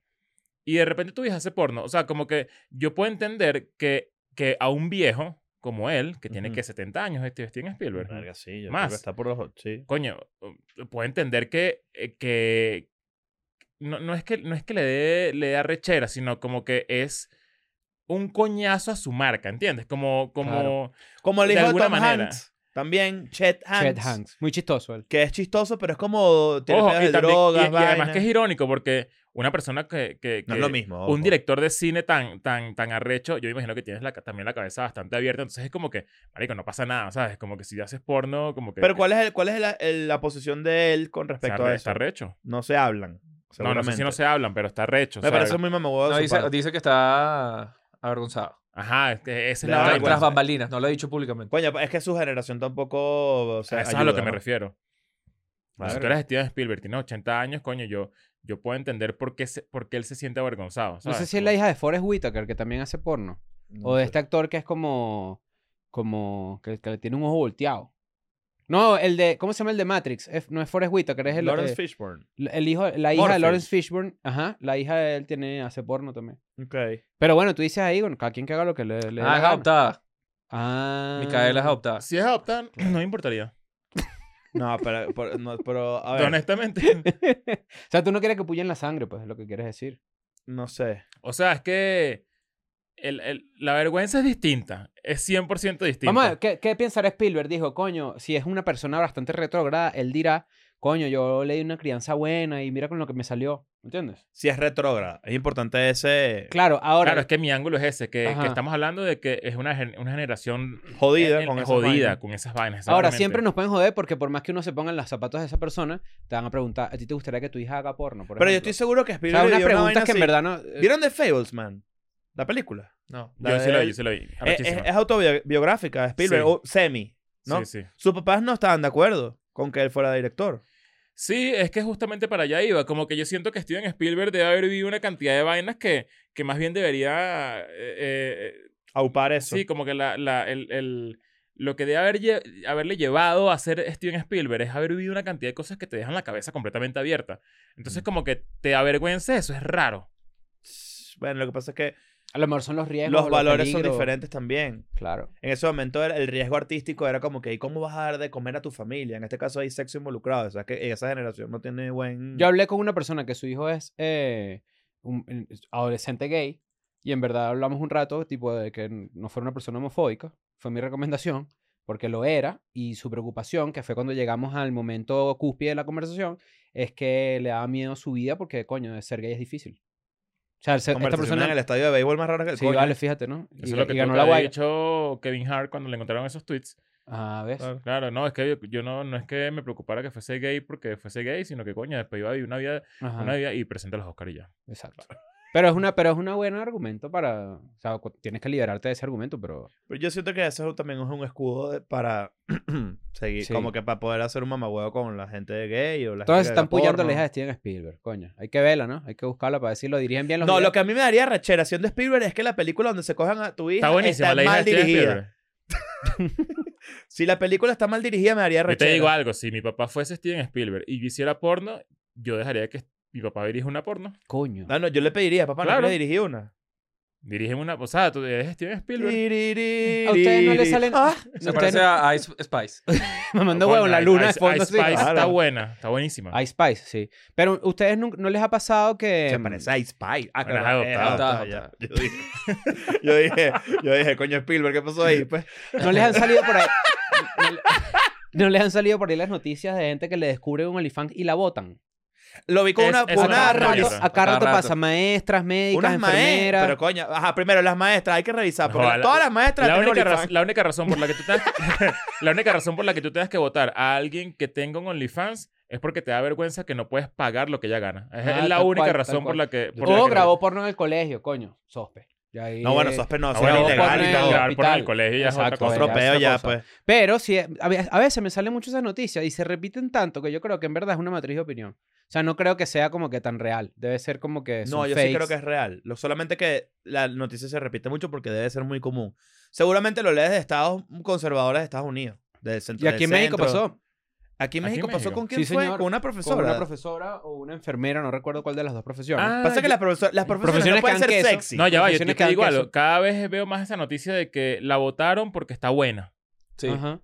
Speaker 1: Y de repente tu hija hace porno. O sea, como que yo puedo entender que, que a un viejo como él, que tiene
Speaker 3: Ujú.
Speaker 1: que 70 años, este Steven Spielberg,
Speaker 3: Verga, sí, yo
Speaker 1: Más.
Speaker 3: creo que está por los. Sí.
Speaker 1: coño, puedo entender que, eh, que no, no es que no es que le dé le dé arrechera, sino como que es un coñazo a su marca, ¿entiendes? Como como
Speaker 2: Claro.
Speaker 3: Como el
Speaker 1: De
Speaker 3: hijo de,
Speaker 1: alguna
Speaker 3: Tom
Speaker 1: manera.
Speaker 3: Hanks. También, Chet Hanks.
Speaker 2: Chet Hanks. Muy chistoso él.
Speaker 3: Que es chistoso, pero es como. Tiene
Speaker 1: Ojo,
Speaker 3: pedos
Speaker 1: y,
Speaker 3: de
Speaker 1: también-
Speaker 3: drogas,
Speaker 1: y- y además
Speaker 3: vainas.
Speaker 1: que es irónico porque una persona que, que-
Speaker 3: No es
Speaker 1: que-
Speaker 3: lo mismo. ojo.
Speaker 1: un director de cine tan tan tan arrecho, yo imagino que tienes la ca- también la cabeza bastante abierta, entonces es como que, marico, no pasa nada, ¿sabes? Como que si haces porno, como que
Speaker 3: Pero ¿cuál es, el, cuál es la, el- la posición de él con
Speaker 1: se
Speaker 3: respecto
Speaker 1: arre-
Speaker 3: a eso?
Speaker 1: está arrecho.
Speaker 3: No se hablan.
Speaker 1: No, no sé si
Speaker 3: seguramente.
Speaker 1: no se hablan, pero está arrecho.
Speaker 3: Me
Speaker 1: ¿sabes?
Speaker 3: parece muy mamagodo.
Speaker 4: No,
Speaker 3: de su
Speaker 4: dice,
Speaker 3: parte.
Speaker 4: dice que está avergonzado.
Speaker 1: Ajá, es que esa es la
Speaker 3: Claro,
Speaker 1: vaina.
Speaker 4: Tras-
Speaker 3: bueno.
Speaker 4: tras bambalinas, no lo ha dicho públicamente.
Speaker 2: Pues,
Speaker 3: Coño, es que su generación tampoco. O sea,
Speaker 1: a eso es a lo
Speaker 3: ayuda,
Speaker 1: que me
Speaker 3: ¿no?
Speaker 1: refiero.
Speaker 3: Verga.
Speaker 1: Si tú eres Steven Spielberg, tienes 80 años, coño, yo, yo puedo entender por qué, se- por qué él se siente avergonzado.
Speaker 2: No
Speaker 1: ¿sabes?
Speaker 2: sé si es
Speaker 1: Como-
Speaker 2: la hija de Forrest Whitaker, que también hace porno.
Speaker 3: No
Speaker 2: o de
Speaker 3: sé.
Speaker 2: este actor que es como. Como. Que, que le tiene un ojo volteado. No, el de. ¿Cómo se llama el de Matrix? Es- no es Forrest Whitaker, es el.
Speaker 3: Lawrence
Speaker 2: eh,
Speaker 3: Fishburne.
Speaker 2: el hijo, la hija de
Speaker 3: Morpheus.
Speaker 2: Lawrence Fishburne. Ajá. La hija de él tiene, hace porno también.
Speaker 3: Ok.
Speaker 2: Pero bueno, tú dices ahí, bueno, cada quien que haga lo que le, le dé
Speaker 4: Ah,
Speaker 2: la
Speaker 4: es
Speaker 2: gana.
Speaker 4: adoptada.
Speaker 2: Ah.
Speaker 4: Micaela es adoptada.
Speaker 1: Si es adoptar, no me importaría.
Speaker 3: No, pero, pero- no, pero, a ver,
Speaker 1: Honestamente.
Speaker 2: o sea, tú no quieres que puyen la sangre, pues es lo que quieres decir.
Speaker 3: no sé.
Speaker 1: O sea, es que el- el- la vergüenza es distinta. Es 100% distinta.
Speaker 2: Vamos a ver, ¿qué, qué pensará Spielberg? Dijo, coño, si es una persona bastante retrógrada, él dirá, coño, yo le di una crianza buena y mira con lo que me salió. ¿Entiendes?
Speaker 3: Si es retrógrada, es importante ese
Speaker 2: Claro, ahora.
Speaker 1: Claro, es que mi ángulo es ese, que, que
Speaker 2: Ajá.
Speaker 1: estamos hablando de que es una, gen- una generación
Speaker 3: jodida
Speaker 1: eh,
Speaker 3: con esas
Speaker 1: jodida
Speaker 3: vainas.
Speaker 1: con esas vainas.
Speaker 2: Ahora,
Speaker 1: exactamente.
Speaker 2: siempre nos pueden joder porque por más que uno se ponga en los zapatos de esa persona, te van a preguntar, ¿a ti te gustaría que tu hija haga porno? por
Speaker 3: Pero yo
Speaker 2: ejemplo?
Speaker 3: estoy seguro que
Speaker 2: O
Speaker 3: Spielberg
Speaker 2: sea, unas
Speaker 3: dio una
Speaker 2: preguntas
Speaker 3: vaina
Speaker 2: que en
Speaker 3: así.
Speaker 2: verdad no... eh,
Speaker 3: ¿Vieron The Fables, man? La película.
Speaker 4: No.
Speaker 1: Yo
Speaker 3: la
Speaker 1: sí lo
Speaker 3: de
Speaker 1: vi,
Speaker 3: él-
Speaker 1: yo sí lo
Speaker 2: eh,
Speaker 1: vi.
Speaker 3: Es, es-
Speaker 1: Arrechísima.
Speaker 3: es autobiográfica de Spielberg,
Speaker 1: Sí.
Speaker 3: o semi, ¿no?
Speaker 1: Sí, sí.
Speaker 3: Sus papás no estaban de acuerdo con que él fuera director.
Speaker 1: Sí, es que justamente para allá iba. Como que yo siento que Steven Spielberg debe haber vivido una cantidad de vainas que, que más bien debería. eh, eh,
Speaker 3: Aupar eso.
Speaker 1: sí, como que la, la- el, el- lo que debe haber lle- haberle llevado a ser Steven Spielberg es haber vivido una cantidad de cosas que te dejan la cabeza completamente abierta. Entonces,
Speaker 3: Mm.
Speaker 1: como que te avergüences, eso es raro.
Speaker 3: Bueno, lo que pasa es que
Speaker 2: A lo mejor son los riesgos.
Speaker 3: los
Speaker 2: los
Speaker 3: valores son
Speaker 2: peligros.
Speaker 3: diferentes también.
Speaker 2: Claro.
Speaker 3: En ese momento era- el riesgo artístico era como que, ¿y cómo vas a dar de comer a tu familia? En este caso hay sexo involucrado. O sea, que esa generación no tiene buen...
Speaker 2: Yo hablé con una persona que su hijo es eh, un un adolescente gay y en verdad hablamos un rato, tipo, de que n- no fuera una persona homofóbica. Fue mi recomendación, porque lo era. Y su preocupación, que fue cuando llegamos al momento cúspide de la conversación, es que le daba miedo su vida porque, coño, ser gay es difícil. O sea, el ser- esta
Speaker 3: Conversación en el
Speaker 2: persona...
Speaker 3: estadio de béisbol más raro que el
Speaker 2: Sí,
Speaker 3: coño.
Speaker 2: vale, fíjate, ¿no?
Speaker 1: Eso
Speaker 2: Y,
Speaker 1: es lo que
Speaker 2: y
Speaker 1: tú
Speaker 2: ganó
Speaker 1: te
Speaker 2: la
Speaker 1: había
Speaker 2: guay.
Speaker 1: dicho Kevin Hart cuando le encontraron esos tweets.
Speaker 2: Ah, ¿ves?
Speaker 3: Claro.
Speaker 1: Claro, no, es que yo, yo no, no es que me preocupara que fuese gay porque fuese gay, sino que coño, después iba a vivir una vida,
Speaker 2: Ajá.
Speaker 1: una vida y presenta los Oscar y ya.
Speaker 2: Exacto. Pero es una, pero es una buena argumento para, o sea, cu- tienes que liberarte de ese argumento, pero
Speaker 3: Pero yo siento que eso también es un escudo de- para seguir,
Speaker 2: Sí.
Speaker 3: como que para poder hacer un mamagüeo con la gente gay o la
Speaker 2: Entonces
Speaker 3: gente que
Speaker 2: están
Speaker 3: haga
Speaker 2: puyando a
Speaker 3: porno.
Speaker 2: la hija de Steven Spielberg, coño. Hay que verla, ¿no? Hay que buscarla para decirlo. Dirigen bien los
Speaker 3: No,
Speaker 2: videos.
Speaker 3: lo que a mí me daría rechera haciendo Spielberg es que la película donde se cojan a tu hija
Speaker 1: Está buenísima
Speaker 3: está
Speaker 1: la hija
Speaker 3: mal
Speaker 1: de Steven
Speaker 3: dirigida.
Speaker 1: Spielberg.
Speaker 3: Si la película está mal dirigida me daría
Speaker 1: Yo
Speaker 3: rechera.
Speaker 1: te digo algo, si mi papá fuese Steven Spielberg y yo hiciera porno, yo dejaría que mi papá dirija una porno.
Speaker 2: Coño.
Speaker 3: No, no, Ah, yo le pediría, papá, no
Speaker 1: Claro.
Speaker 3: me dirigí una.
Speaker 1: Dirigen una. O sea, tú eres Steven Spielberg.
Speaker 2: A ustedes no les salen.
Speaker 4: Se
Speaker 2: Ustedes
Speaker 4: parece
Speaker 2: no-
Speaker 4: a Ice Spice.
Speaker 2: Me mandó
Speaker 1: Coño,
Speaker 2: huevo la
Speaker 1: Ice-
Speaker 2: luna de
Speaker 1: Ice- Ice
Speaker 2: fondo. así. Ah,
Speaker 1: Spice está
Speaker 3: Claro.
Speaker 1: buena, está buenísima.
Speaker 2: Ice Spice, sí. Pero ustedes nun- no, les ha pasado que.
Speaker 3: Se parece a Ice Spice. Ah,
Speaker 1: Bueno,
Speaker 3: claro,
Speaker 1: es
Speaker 3: es
Speaker 4: adoptada,
Speaker 3: adoptada, ya. Yo dije, yo dije, yo dije, coño Spielberg, ¿qué pasó ahí? Pues,
Speaker 2: No les han salido por ahí. No, le- no les han salido por ahí las noticias de gente que le descubre un elefante y la botan.
Speaker 3: lo vi con
Speaker 1: Es-
Speaker 3: una,
Speaker 1: esa
Speaker 3: una
Speaker 1: no la Una
Speaker 2: Acá rato,
Speaker 1: mierda.
Speaker 2: a cada
Speaker 4: Cada
Speaker 2: rato
Speaker 4: rato.
Speaker 2: pasa maestras, médicas,
Speaker 3: unas maestras.
Speaker 2: enfermeras.
Speaker 3: Pero coño, ajá, primero las maestras, hay que revisar. Porque
Speaker 1: Ojalá.
Speaker 3: todas las maestras
Speaker 1: La
Speaker 3: tienen
Speaker 1: única, raz-
Speaker 3: OnlyFans.
Speaker 1: la única razón por la que tú tengas la única razón por la que tú tengas que votar a alguien que tenga un OnlyFans es porque te da vergüenza que no puedes pagar lo que ella gana. Es,
Speaker 2: Ah,
Speaker 1: es la
Speaker 2: tal
Speaker 1: única
Speaker 2: cual, tal
Speaker 1: razón por
Speaker 2: cual.
Speaker 1: la que por la
Speaker 2: o
Speaker 1: que-
Speaker 2: grabó porno en el colegio, coño. Sospe. Y ahí eh,
Speaker 3: No, bueno,
Speaker 2: es-
Speaker 3: sospe no,
Speaker 1: Ah,
Speaker 3: eso
Speaker 1: bueno,
Speaker 3: es
Speaker 2: no,
Speaker 3: ilegal
Speaker 2: ponen-
Speaker 3: y
Speaker 1: claro,
Speaker 3: todo.
Speaker 1: grabar porno en el
Speaker 2: Hospital.
Speaker 1: colegio ya es otra
Speaker 2: Exacto,
Speaker 1: cosa.
Speaker 3: Otro
Speaker 2: ya,
Speaker 3: peo
Speaker 2: esa
Speaker 3: ya,
Speaker 2: cosa.
Speaker 3: pues.
Speaker 2: Pero sí, eh, a ve- a veces me salen mucho esas noticias y se repiten tanto que yo creo que en verdad es una matriz de opinión. O sea, no creo que sea como que tan real. Debe ser como que.
Speaker 3: No,
Speaker 2: son
Speaker 3: yo sí
Speaker 2: fakes.
Speaker 3: creo que es real. Lo, solamente que la noticia se repite mucho porque debe ser muy común. Seguramente lo lees de estados conservadores de Estados Unidos. Del centro,
Speaker 2: Y aquí en
Speaker 3: del
Speaker 2: México
Speaker 3: centro.
Speaker 2: pasó.
Speaker 3: Aquí en
Speaker 1: Aquí en
Speaker 3: México pasó
Speaker 1: México.
Speaker 3: con quién
Speaker 2: Sí,
Speaker 3: fue?
Speaker 2: señor.
Speaker 3: Con una
Speaker 2: Con
Speaker 3: profesora.
Speaker 2: una profesora o una enfermera, no recuerdo cuál de las dos profesiones.
Speaker 1: Ah,
Speaker 3: Pasa que
Speaker 1: yo-
Speaker 3: las, profesoras las profesiones no
Speaker 2: Profesiones
Speaker 3: pueden
Speaker 2: que
Speaker 3: ser
Speaker 2: dan queso.
Speaker 3: sexy.
Speaker 1: No, ya va, yo,
Speaker 2: Profesiones
Speaker 1: yo
Speaker 2: que
Speaker 1: te
Speaker 2: dan
Speaker 1: digo
Speaker 2: queso.
Speaker 1: algo. Cada vez veo más esa noticia de que la votaron porque está buena.
Speaker 4: Sí.
Speaker 2: Ajá.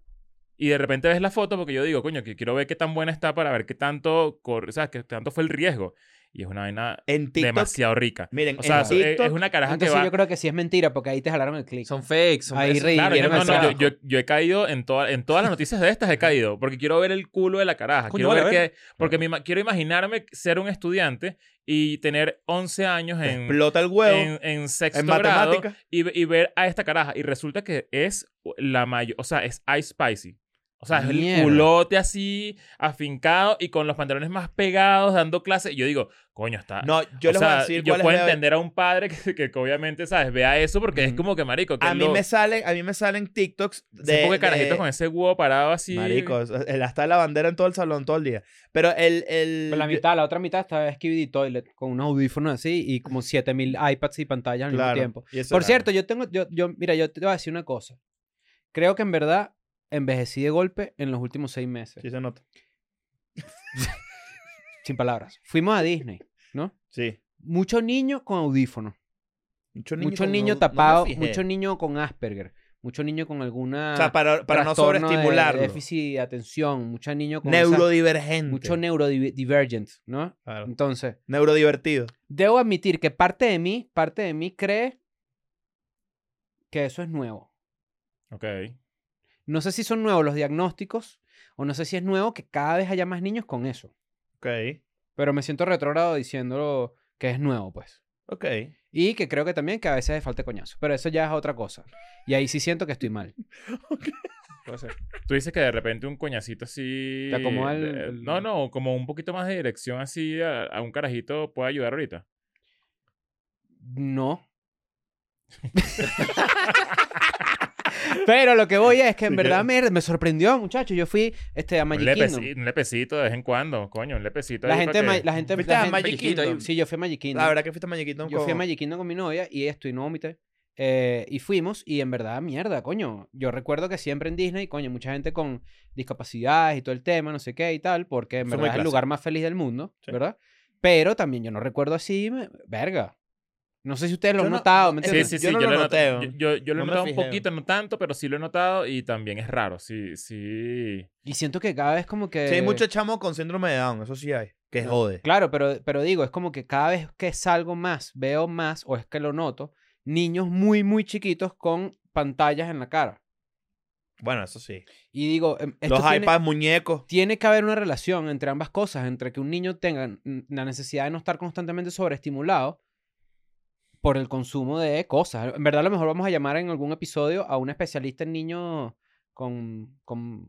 Speaker 1: Y de repente ves la foto porque yo digo, coño, que quiero ver qué tan buena está para ver qué tanto, cor- o sea, qué tanto fue el riesgo. Y es una vaina
Speaker 3: En TikTok.
Speaker 1: demasiado rica.
Speaker 3: Miren,
Speaker 1: O sea,
Speaker 3: en
Speaker 1: es, es
Speaker 3: TikTok.
Speaker 1: una caraja que
Speaker 2: Entonces
Speaker 1: va
Speaker 2: yo creo que sí es mentira porque ahí te jalaron el clic.
Speaker 4: Son fakes. Son
Speaker 2: Ahí
Speaker 4: eso-
Speaker 2: reí.
Speaker 1: Claro, yo,
Speaker 2: Vieron
Speaker 1: no,
Speaker 2: el
Speaker 1: no, yo,
Speaker 2: trabajo.
Speaker 1: yo, yo he caído en, toda- en todas las noticias de estas, he caído, porque quiero ver el culo de la caraja. Quiero
Speaker 4: Coño,
Speaker 1: ver
Speaker 4: vale,
Speaker 1: que, porque me ima- quiero imaginarme ser un estudiante y tener 11 años
Speaker 3: Te
Speaker 1: en,
Speaker 3: explota el huevo.
Speaker 1: en, en sexto
Speaker 3: en
Speaker 1: grado
Speaker 3: matemáticas.
Speaker 1: y, ve- y ver a esta caraja. Y resulta que es la mayor, o sea, es Ice Spicy. O sea,
Speaker 3: Ah,
Speaker 1: es el
Speaker 2: Mierda.
Speaker 1: culote así, afincado y con los pantalones más pegados, dando clases. Y yo digo, coño, está.
Speaker 3: No, yo
Speaker 1: o
Speaker 3: les voy
Speaker 1: sea,
Speaker 3: a decir
Speaker 1: yo
Speaker 3: cuál
Speaker 1: puedo
Speaker 3: es la-
Speaker 1: entender a un padre que, que, que obviamente, ¿sabes? Vea eso porque es
Speaker 2: Ujú.
Speaker 1: como que marico. Que
Speaker 3: A mí,
Speaker 1: lo-
Speaker 3: me salen, a mí me salen TikToks
Speaker 1: De,
Speaker 3: de.
Speaker 1: poco de carajitos
Speaker 3: de-
Speaker 1: con ese huevo parado así.
Speaker 3: Marico, él hasta la bandera en todo el salón todo el día. Pero el. el
Speaker 2: Pero la mitad, la otra mitad estaba Skibidi Toilet con unos audífonos así y como 7000 iPads y pantallas al
Speaker 3: Claro,
Speaker 2: mismo tiempo.
Speaker 3: y eso
Speaker 2: Por
Speaker 3: era-
Speaker 2: cierto, yo tengo, yo, yo, mira, yo te voy a decir una cosa. Creo que en verdad envejecí de golpe en los últimos seis meses.
Speaker 3: Sí, se nota.
Speaker 2: Sin palabras. Fuimos a Disney, ¿no?
Speaker 3: Sí.
Speaker 2: Muchos niños con audífonos.
Speaker 3: Mucho
Speaker 2: Muchos
Speaker 3: con-
Speaker 2: niños
Speaker 3: no- no me
Speaker 2: tapados.
Speaker 3: fijé.
Speaker 2: Muchos niños con Asperger. Muchos niños con alguna.
Speaker 3: O sea, para, para no
Speaker 2: trastorno de-
Speaker 3: sobreestimularlo.
Speaker 2: De déficit de atención. Muchos niños con. esa-
Speaker 3: Neurodivergente.
Speaker 2: mucho neurodivergent, ¿no?
Speaker 3: Claro.
Speaker 2: Entonces,
Speaker 3: Neurodivertido.
Speaker 2: debo admitir que parte de mí, parte de mí cree que eso es nuevo.
Speaker 1: Ok.
Speaker 2: No sé si son nuevos los diagnósticos o no sé si es nuevo que cada vez haya más niños con eso.
Speaker 3: Ok.
Speaker 2: Pero me siento retrógrado diciéndolo que es nuevo, pues.
Speaker 3: Ok.
Speaker 2: Y que creo que también que a veces hace falta coñazo. Pero eso ya es otra cosa. Y ahí sí siento que estoy mal.
Speaker 1: Tú dices que de repente un coñacito así.
Speaker 2: Te acomoda el-
Speaker 1: de-
Speaker 2: el-
Speaker 1: No, no, como un poquito más de dirección así a, a un carajito puede ayudar ahorita.
Speaker 2: No. Pero lo que voy es que en
Speaker 3: Sí,
Speaker 2: verdad
Speaker 3: que-
Speaker 2: me, me sorprendió, muchachos. Yo fui este, a
Speaker 1: Un,
Speaker 2: Magic
Speaker 1: lepeci-
Speaker 2: Kingdom.
Speaker 1: un lepecito de vez en cuando, coño, un lepecito.
Speaker 2: La
Speaker 1: ahí
Speaker 2: gente, de
Speaker 1: para
Speaker 2: Ma-
Speaker 1: que-
Speaker 2: la gente,
Speaker 3: ¿Fuiste
Speaker 2: la
Speaker 3: a
Speaker 2: gente-
Speaker 3: Magic
Speaker 4: Pellizquito ahí.
Speaker 3: Kingdom?
Speaker 2: Sí, yo fui a Magic Kingdom.
Speaker 3: La verdad que fuiste a Mañequito.
Speaker 2: Yo fui a Magic Kingdom con mi novia y esto, y no vomité. Eh, y fuimos, y en verdad, mierda, coño. Yo recuerdo que siempre en Disney, coño, mucha gente con discapacidades y todo el tema, no sé qué y tal, porque en
Speaker 3: Fue muy
Speaker 2: verdad es el
Speaker 3: clásico.
Speaker 2: lugar más feliz del mundo,
Speaker 3: Sí.
Speaker 2: ¿verdad? Pero también yo no recuerdo así, me- verga. No sé si ustedes lo
Speaker 3: Yo
Speaker 2: han
Speaker 3: no-
Speaker 2: notado,
Speaker 3: no-
Speaker 2: ¿me
Speaker 3: es-
Speaker 1: Sí,
Speaker 2: entiendes?
Speaker 1: sí, sí,
Speaker 3: Yo
Speaker 1: yo,
Speaker 3: no lo
Speaker 1: lo he notado-
Speaker 3: noteo.
Speaker 1: yo- yo lo he
Speaker 3: No me
Speaker 1: notado un
Speaker 3: fijé.
Speaker 1: poquito, no tanto, pero sí lo he notado y también es raro. Sí, sí.
Speaker 2: Y siento que cada vez como que...
Speaker 3: Sí, hay mucho chamo con síndrome de Down. Eso sí hay. Que jode.
Speaker 2: Claro, pero, pero digo, es como que cada vez que salgo más, veo más, o es que lo noto, niños muy, muy chiquitos con pantallas en la cara.
Speaker 3: Bueno, eso sí.
Speaker 2: Y digo, em, esto
Speaker 3: Los
Speaker 2: tiene-
Speaker 3: iPads, muñecos.
Speaker 2: tiene que haber una relación entre ambas cosas, entre que un niño tenga n- la necesidad de no estar constantemente sobreestimulado por el consumo de cosas. En verdad, a lo mejor vamos a llamar en algún episodio a un especialista en niños con, con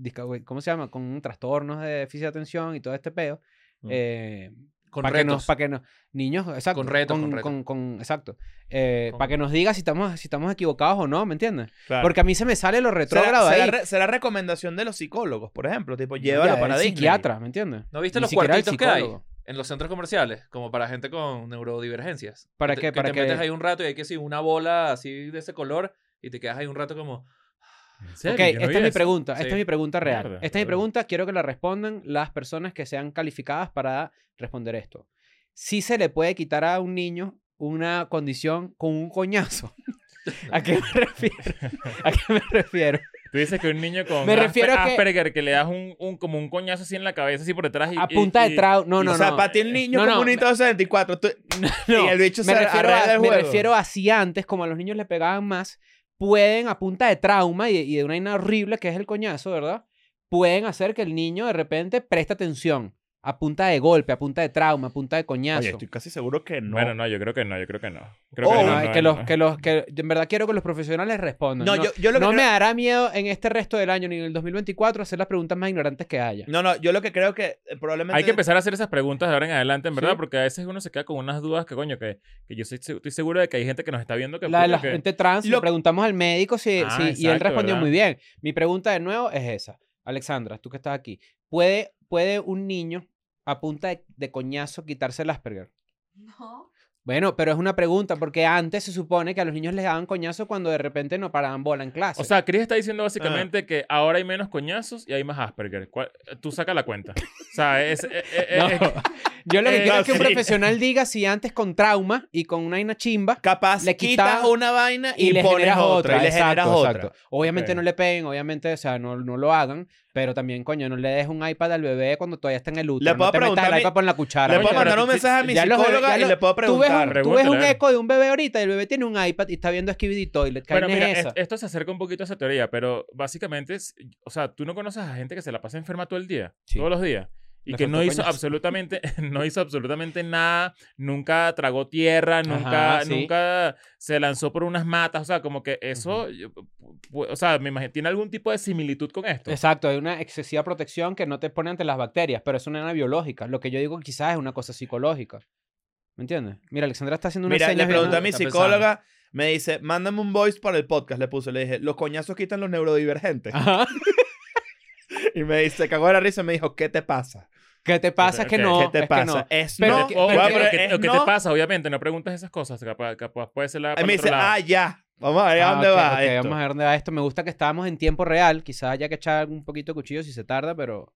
Speaker 2: disca- ¿cómo se llama? Con trastornos de déficit de atención y todo este pedo.
Speaker 3: Mm.
Speaker 4: Con
Speaker 2: para que nos,
Speaker 4: retos.
Speaker 2: para que nos, niños, exacto,
Speaker 4: Con retos, con retos.
Speaker 2: con- exacto, eh,
Speaker 4: Con-
Speaker 2: para que nos diga si estamos, si estamos equivocados o no, ¿me entiendes?
Speaker 3: Claro.
Speaker 2: Porque a mí se me sale lo retrógrado
Speaker 3: será,
Speaker 2: ahí.
Speaker 3: será re- será recomendación de los psicólogos, por ejemplo. Tipo,
Speaker 2: Ya,
Speaker 3: llévalo
Speaker 2: el
Speaker 3: para Disney.
Speaker 2: psiquiatra, ¿me entiendes?
Speaker 4: ¿No viste
Speaker 2: Ni
Speaker 4: los
Speaker 2: siquiera el
Speaker 4: cuartitos que hay
Speaker 2: psicólogo.
Speaker 4: en los centros comerciales? Como para gente con neurodivergencias.
Speaker 2: ¿Para
Speaker 4: Que
Speaker 2: qué?
Speaker 4: te- Que
Speaker 2: ¿Para
Speaker 4: te
Speaker 2: qué?
Speaker 4: metes ahí un rato y hay que sí, una bola así de ese color y te quedas ahí un rato como...
Speaker 1: ¿En serio?
Speaker 2: Ok,
Speaker 1: Yo no
Speaker 2: esta
Speaker 1: vi
Speaker 2: es mi
Speaker 1: eso.
Speaker 2: pregunta, esta
Speaker 4: Sí.
Speaker 2: es mi pregunta real.
Speaker 1: Mierda,
Speaker 2: esta es
Speaker 1: claro.
Speaker 2: mi pregunta, quiero que la respondan las personas que sean calificadas para responder esto. Si se le puede quitar a un niño una condición con un coñazo. ¿A qué me refiero? ¿A qué me refiero?
Speaker 1: Tú dices que un niño con
Speaker 2: Me
Speaker 1: Aspe-
Speaker 2: refiero a que-
Speaker 1: Asperger que... le das un, un- como un coñazo así en la cabeza, así por detrás y...
Speaker 2: A
Speaker 1: y-
Speaker 2: punta
Speaker 1: y-
Speaker 2: de trago. No, no,
Speaker 3: o sea,
Speaker 2: no.
Speaker 3: para ti el niño
Speaker 2: No,
Speaker 3: como
Speaker 2: no,
Speaker 3: un
Speaker 2: me-
Speaker 3: Nintendo 64. tú-
Speaker 2: No,
Speaker 3: y el bicho
Speaker 2: me
Speaker 3: se
Speaker 2: refiero,
Speaker 3: arregla
Speaker 2: a,
Speaker 3: el
Speaker 2: me
Speaker 3: juego.
Speaker 2: refiero a si antes, como a los niños les pegaban más, pueden, a punta de trauma y, y de una vaina horrible que es el coñazo, ¿verdad? Pueden hacer que el niño de repente preste atención. A punta de golpe, a punta de trauma, a punta de coñazo.
Speaker 3: Oye, estoy casi seguro que no.
Speaker 1: Bueno, no, yo creo que no, yo creo que no. Creo
Speaker 3: Oh,
Speaker 1: que
Speaker 2: No,
Speaker 1: no,
Speaker 2: es
Speaker 1: no,
Speaker 2: que los,
Speaker 1: no.
Speaker 2: que los, que en verdad quiero que los profesionales respondan.
Speaker 3: No,
Speaker 2: No,
Speaker 3: yo, yo lo que
Speaker 2: no
Speaker 3: creo-
Speaker 2: me hará miedo en este resto del año ni en el 2024 hacer las preguntas más ignorantes que haya.
Speaker 3: No, no, yo lo que creo que eh, probablemente.
Speaker 1: Hay que empezar a hacer esas preguntas de ahora en adelante, en verdad,
Speaker 2: Sí.
Speaker 1: porque a veces uno se queda con unas dudas que, coño, que, que yo soy- estoy seguro de que hay gente que nos está viendo que...
Speaker 2: La de la
Speaker 1: que-
Speaker 2: gente trans,
Speaker 3: Lo-
Speaker 2: le preguntamos al médico si,
Speaker 1: Ah,
Speaker 2: si- y él
Speaker 1: exacto,
Speaker 2: respondió
Speaker 1: ¿verdad?
Speaker 2: muy bien. Mi pregunta de nuevo es esa. Alexandra, tú que estás aquí, ¿puede, puede un niño a punta de, de coñazo quitarse el Asperger?
Speaker 5: No.
Speaker 2: Bueno, pero es una pregunta porque antes se supone que a los niños les daban coñazo cuando de repente no paraban bola en clase.
Speaker 1: O sea, Chris está diciendo básicamente que ahora hay menos coñazos y hay más Asperger. ¿Cuál- Tú saca la cuenta. O sea, es... eh, eh, eh,
Speaker 2: No.
Speaker 1: es-
Speaker 2: yo lo que
Speaker 1: eh,
Speaker 2: quiero
Speaker 1: no,
Speaker 2: es que un
Speaker 1: sí.
Speaker 2: profesional diga si antes con trauma y con una ina chimba
Speaker 3: Capaz
Speaker 2: Le
Speaker 3: quitas
Speaker 2: quitaba-
Speaker 3: una vaina y,
Speaker 2: y le
Speaker 3: pones
Speaker 2: generas
Speaker 3: otra,
Speaker 2: otra.
Speaker 3: Y le
Speaker 2: exacto,
Speaker 3: generas
Speaker 2: exacto.
Speaker 3: otra.
Speaker 2: Obviamente
Speaker 1: Ok.
Speaker 2: no le peguen, obviamente, o sea, no, no lo hagan, pero también, coño, no le dejes un iPad al bebé cuando todavía está en el útero.
Speaker 3: Le
Speaker 2: no
Speaker 3: puedo
Speaker 2: te metas
Speaker 3: preguntar a
Speaker 2: el
Speaker 3: mi-
Speaker 2: iPad en la cuchara.
Speaker 3: Le
Speaker 1: Oye,
Speaker 3: puedo
Speaker 1: pero
Speaker 2: ¿vale?
Speaker 3: mandar
Speaker 1: tú-
Speaker 3: un mensaje a mi
Speaker 2: ya los-
Speaker 3: psicóloga
Speaker 2: ya
Speaker 3: y
Speaker 2: los-
Speaker 3: le puedo
Speaker 2: Tú ves, un,
Speaker 3: preguntar.
Speaker 2: tú ves un
Speaker 1: Pregúntale.
Speaker 2: eco de un bebé ahorita y el bebé tiene un iPad y está viendo Skibidi Toilet. ¿Qué
Speaker 1: Bueno,
Speaker 2: vaina
Speaker 1: mira,
Speaker 2: es
Speaker 1: es-
Speaker 2: esa?
Speaker 1: esto se acerca un poquito a esa teoría, pero básicamente, es- o sea, tú no conoces a gente que se la pasa enferma todo el día,
Speaker 2: Sí.
Speaker 1: todos los días, y
Speaker 2: Le
Speaker 1: que no
Speaker 2: faltó
Speaker 1: hizo
Speaker 2: coñazo.
Speaker 1: absolutamente, no hizo absolutamente nada, nunca tragó tierra, nunca,
Speaker 2: Ajá, sí.
Speaker 1: nunca se lanzó por unas matas, o sea, como que eso, yo- pu- o sea, me imagino, tiene algún tipo de similitud con esto.
Speaker 2: Exacto, hay una excesiva protección que no te pone ante las bacterias, pero es una vaina biológica. Lo que yo digo quizás es una cosa psicológica. ¿Me entiendes? Mira, Alexandra está haciendo una
Speaker 3: Mira, le
Speaker 2: señas bien-
Speaker 3: pregunté a mi
Speaker 4: Está pensando.
Speaker 3: psicóloga, me dice, mándame un voice para el podcast. Le puse, le dije, los coñazos quitan los neurodivergentes.
Speaker 2: Ajá.
Speaker 3: Y me dice, cagó de la risa, me dijo, ¿qué te pasa?
Speaker 2: ¿Qué te pasa? Es que
Speaker 1: Ok,
Speaker 2: no.
Speaker 3: ¿Qué te
Speaker 2: es que no.
Speaker 3: pasa? Es
Speaker 2: Pero
Speaker 3: no.
Speaker 2: que-
Speaker 1: O,
Speaker 3: Voy a
Speaker 1: o
Speaker 2: pero
Speaker 1: que,
Speaker 3: poner,
Speaker 1: o que-
Speaker 3: es
Speaker 1: o que
Speaker 3: no.
Speaker 1: te pasa, obviamente, no preguntas esas cosas, capaz, capaz puede ser la...
Speaker 3: Ahí
Speaker 1: para
Speaker 3: me
Speaker 1: otro
Speaker 3: dice,
Speaker 1: lado.
Speaker 3: ah, ya. Vamos a ver a
Speaker 2: Ah,
Speaker 3: dónde
Speaker 2: ok,
Speaker 3: va
Speaker 2: ok,
Speaker 3: esto.
Speaker 2: Vamos a ver dónde va esto. Me gusta que estábamos en tiempo real. Quizás haya que echar un poquito de cuchillo si se tarda, pero.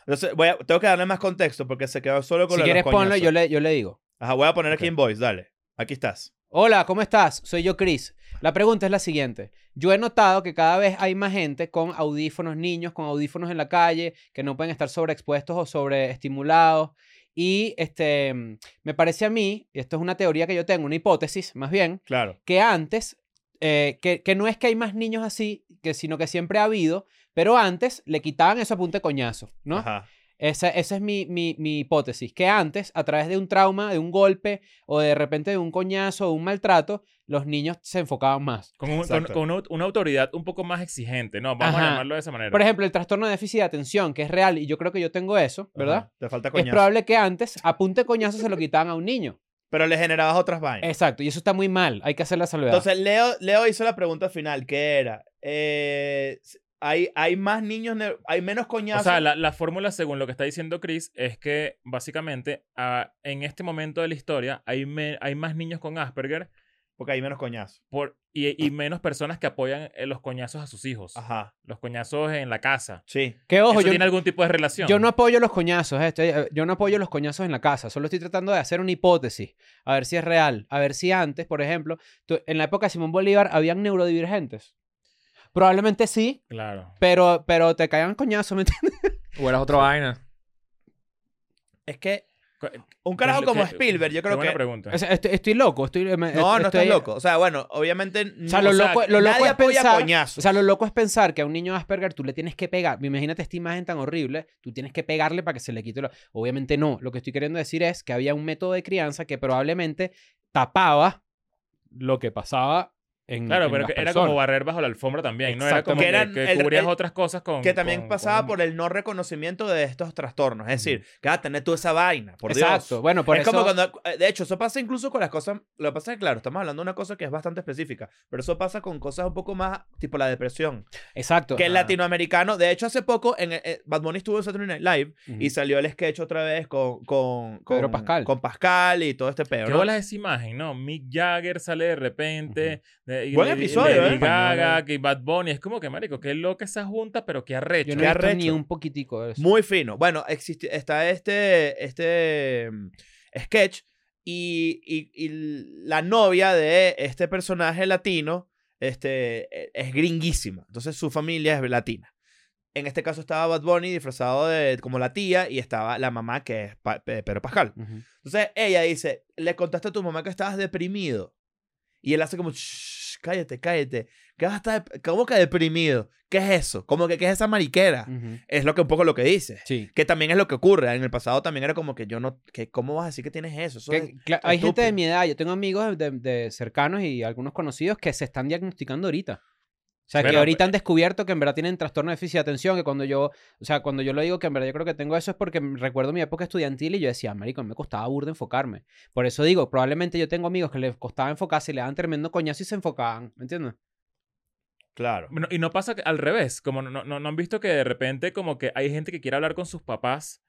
Speaker 3: Entonces, voy a- tengo que darle más contexto porque se quedó solo con
Speaker 2: si
Speaker 3: lo de los
Speaker 2: quieres ponlo,
Speaker 3: coñazos.
Speaker 2: yo le, yo le digo.
Speaker 3: Ajá, voy a poner
Speaker 1: Ok.
Speaker 3: aquí en voice, dale. Aquí estás.
Speaker 2: Hola, ¿cómo estás? Soy yo, Chris. La pregunta es la siguiente. Yo he notado que cada vez hay más gente con audífonos, niños con audífonos en la calle, que no pueden estar sobreexpuestos o sobreestimulados. Y este, mm, me parece a mí, y esto es una teoría que yo tengo, una hipótesis más bien,
Speaker 3: Claro.
Speaker 2: que antes, eh, que, que no es que hay más niños así, que, sino que siempre ha habido, pero antes le quitaban eso a punta de coñazo, ¿no?
Speaker 3: Ajá.
Speaker 2: Esa, esa es mi, mi- mi hipótesis, que antes, a través de un trauma, de un golpe o de repente de un coñazo o un maltrato, los niños se enfocaban más.
Speaker 1: Con, un- con-
Speaker 3: Exacto.
Speaker 1: con una, una autoridad un poco más exigente, ¿no? Vamos
Speaker 2: Ajá.
Speaker 1: a llamarlo de esa manera.
Speaker 2: Por ejemplo, el trastorno de déficit de atención, que es real y yo creo que yo tengo eso, ¿verdad?
Speaker 3: Ajá. Te falta
Speaker 2: Es
Speaker 3: coñazo.
Speaker 2: probable que antes a punta de coñazo se lo quitaban a un niño.
Speaker 3: Pero le generabas otras vainas.
Speaker 2: Exacto, y eso está muy mal, hay que hacer la salvedad.
Speaker 3: Entonces, Leo, Leo hizo la pregunta final, que era, eh, hay, hay más niños, neu- hay menos coñazos.
Speaker 1: O sea, la, la fórmula, según lo que está diciendo Chris, es que básicamente ah, en este momento de la historia hay, me- hay más niños con Asperger
Speaker 3: Porque hay menos coñazos.
Speaker 1: por, y, y menos personas que apoyan eh, los coñazos a sus hijos.
Speaker 3: Ajá,
Speaker 1: Los coñazos en la casa.
Speaker 3: sí.
Speaker 2: que ojo,
Speaker 1: ¿Eso
Speaker 2: yo,
Speaker 1: tiene algún tipo de relación?
Speaker 2: yo no apoyo los coñazos, este, eh, yo no apoyo los coñazos en la casa, solo estoy tratando de hacer una hipótesis, a ver si es real, a ver si antes, por ejemplo, tú- en la época de Simón Bolívar habían neurodivergentes. Probablemente sí,
Speaker 1: Claro.
Speaker 2: Pero, pero te caían coñazo, ¿me entiendes?
Speaker 4: O eras otra vaina.
Speaker 3: Es que
Speaker 1: Co-
Speaker 3: un carajo
Speaker 1: Qué-
Speaker 3: como
Speaker 1: qué-
Speaker 3: Spielberg,
Speaker 1: qué
Speaker 3: yo creo
Speaker 1: buena
Speaker 3: que...
Speaker 1: pregunta.
Speaker 2: O sea, estoy, estoy loco, estoy... me-
Speaker 3: No, no
Speaker 2: estoy-
Speaker 3: estás loco. O sea, bueno, obviamente...
Speaker 2: O sea, lo, loco, lo loco
Speaker 3: nadie
Speaker 2: es
Speaker 3: apoya
Speaker 2: pensar...
Speaker 3: coñazos.
Speaker 2: O sea, lo loco es pensar que a un niño de Asperger tú le tienes que pegar. Imagínate esta imagen tan horrible. Tú tienes que pegarle para que se le quite lo... Obviamente no. Lo que estoy queriendo decir es que había un método de crianza que probablemente tapaba lo que pasaba en
Speaker 1: Claro,
Speaker 2: en
Speaker 1: pero
Speaker 2: las
Speaker 1: que era
Speaker 2: personas.
Speaker 1: como barrer bajo la alfombra también, ¿no? Era como
Speaker 2: Exactamente.
Speaker 1: que,
Speaker 3: Que eran-
Speaker 1: que
Speaker 3: el-
Speaker 1: cubrías
Speaker 3: el-
Speaker 1: otras cosas con...
Speaker 3: que también
Speaker 1: con-
Speaker 3: pasaba
Speaker 1: con-
Speaker 3: por el no reconocimiento de estos trastornos. Es decir, que vas a tener tú esa vaina, por
Speaker 2: Exacto.
Speaker 3: Dios.
Speaker 2: Bueno, por
Speaker 3: es
Speaker 2: eso...
Speaker 3: como cuando, eh, de hecho, eso pasa incluso con las cosas, lo que pasa es que, claro, estamos hablando de una cosa que es bastante específica, pero eso pasa con cosas un poco más, tipo la depresión,
Speaker 2: Exacto.
Speaker 3: que el
Speaker 4: Ajá.
Speaker 3: latinoamericano, de hecho, hace poco, en, eh, Bad Bunny estuvo en Saturday Night Live
Speaker 2: Ujú.
Speaker 3: y salió el sketch otra vez con, con, con
Speaker 2: Pedro Pascal.
Speaker 3: con Pascal y todo este pedo.
Speaker 1: ¿Qué
Speaker 3: ¿no?
Speaker 1: bolas esa imagen, no? Mick Jagger sale de repente. de- y
Speaker 3: Buen
Speaker 1: Lady-
Speaker 3: episodio,
Speaker 1: Lady
Speaker 3: ¿eh?
Speaker 1: Gaga, que Bad Bunny. Es como que, marico, qué loca esa junta, pero qué arrecho.
Speaker 2: Yo no
Speaker 3: Qué
Speaker 2: he visto ni
Speaker 3: arrecho.
Speaker 2: un poquitico de eso.
Speaker 3: Muy fino. Bueno, existe, está este, este mm, sketch Y, y- y la novia de este personaje latino este, e- es gringuísima. Entonces su familia es latina. En este caso estaba Bad Bunny disfrazado de, como la tía y estaba la mamá que es Pa- Pe- Pedro Pascal.
Speaker 2: Ujú.
Speaker 3: Entonces ella dice, le contaste a tu mamá que estabas deprimido. Y él hace como, "Shh, cállate, cállate. ¿Qué vas a estar dep- ¿Cómo que deprimido? ¿Qué es eso? Como que, ¿qué es esa mariquera?
Speaker 2: Ujú.
Speaker 3: Es lo que un poco lo que dice.
Speaker 2: Sí.
Speaker 3: Que también es lo que ocurre. ah, En el pasado también era como que yo no, que, ¿cómo vas a decir que tienes eso? Eso
Speaker 2: Que,
Speaker 3: es-
Speaker 2: cla- hay gente de
Speaker 3: estúpido.
Speaker 2: mi edad, yo tengo amigos de, de cercanos y algunos conocidos que se están diagnosticando ahorita. O sea, que
Speaker 1: Bueno,
Speaker 6: pues
Speaker 2: ahorita han descubierto que en verdad tienen trastorno de déficit de atención, que cuando yo, o sea, cuando yo lo digo que en verdad yo creo que tengo eso es porque m- recuerdo mi época estudiantil y yo decía, marico, me costaba burda enfocarme. Por eso digo, probablemente yo tengo amigos que les costaba enfocarse y le dan tremendo coñazo y se enfocaban, ¿me entiendes?
Speaker 3: Claro.
Speaker 1: Bueno, y no pasa que- al revés, como no, no, no han visto que de repente como que hay gente que quiere hablar con sus papás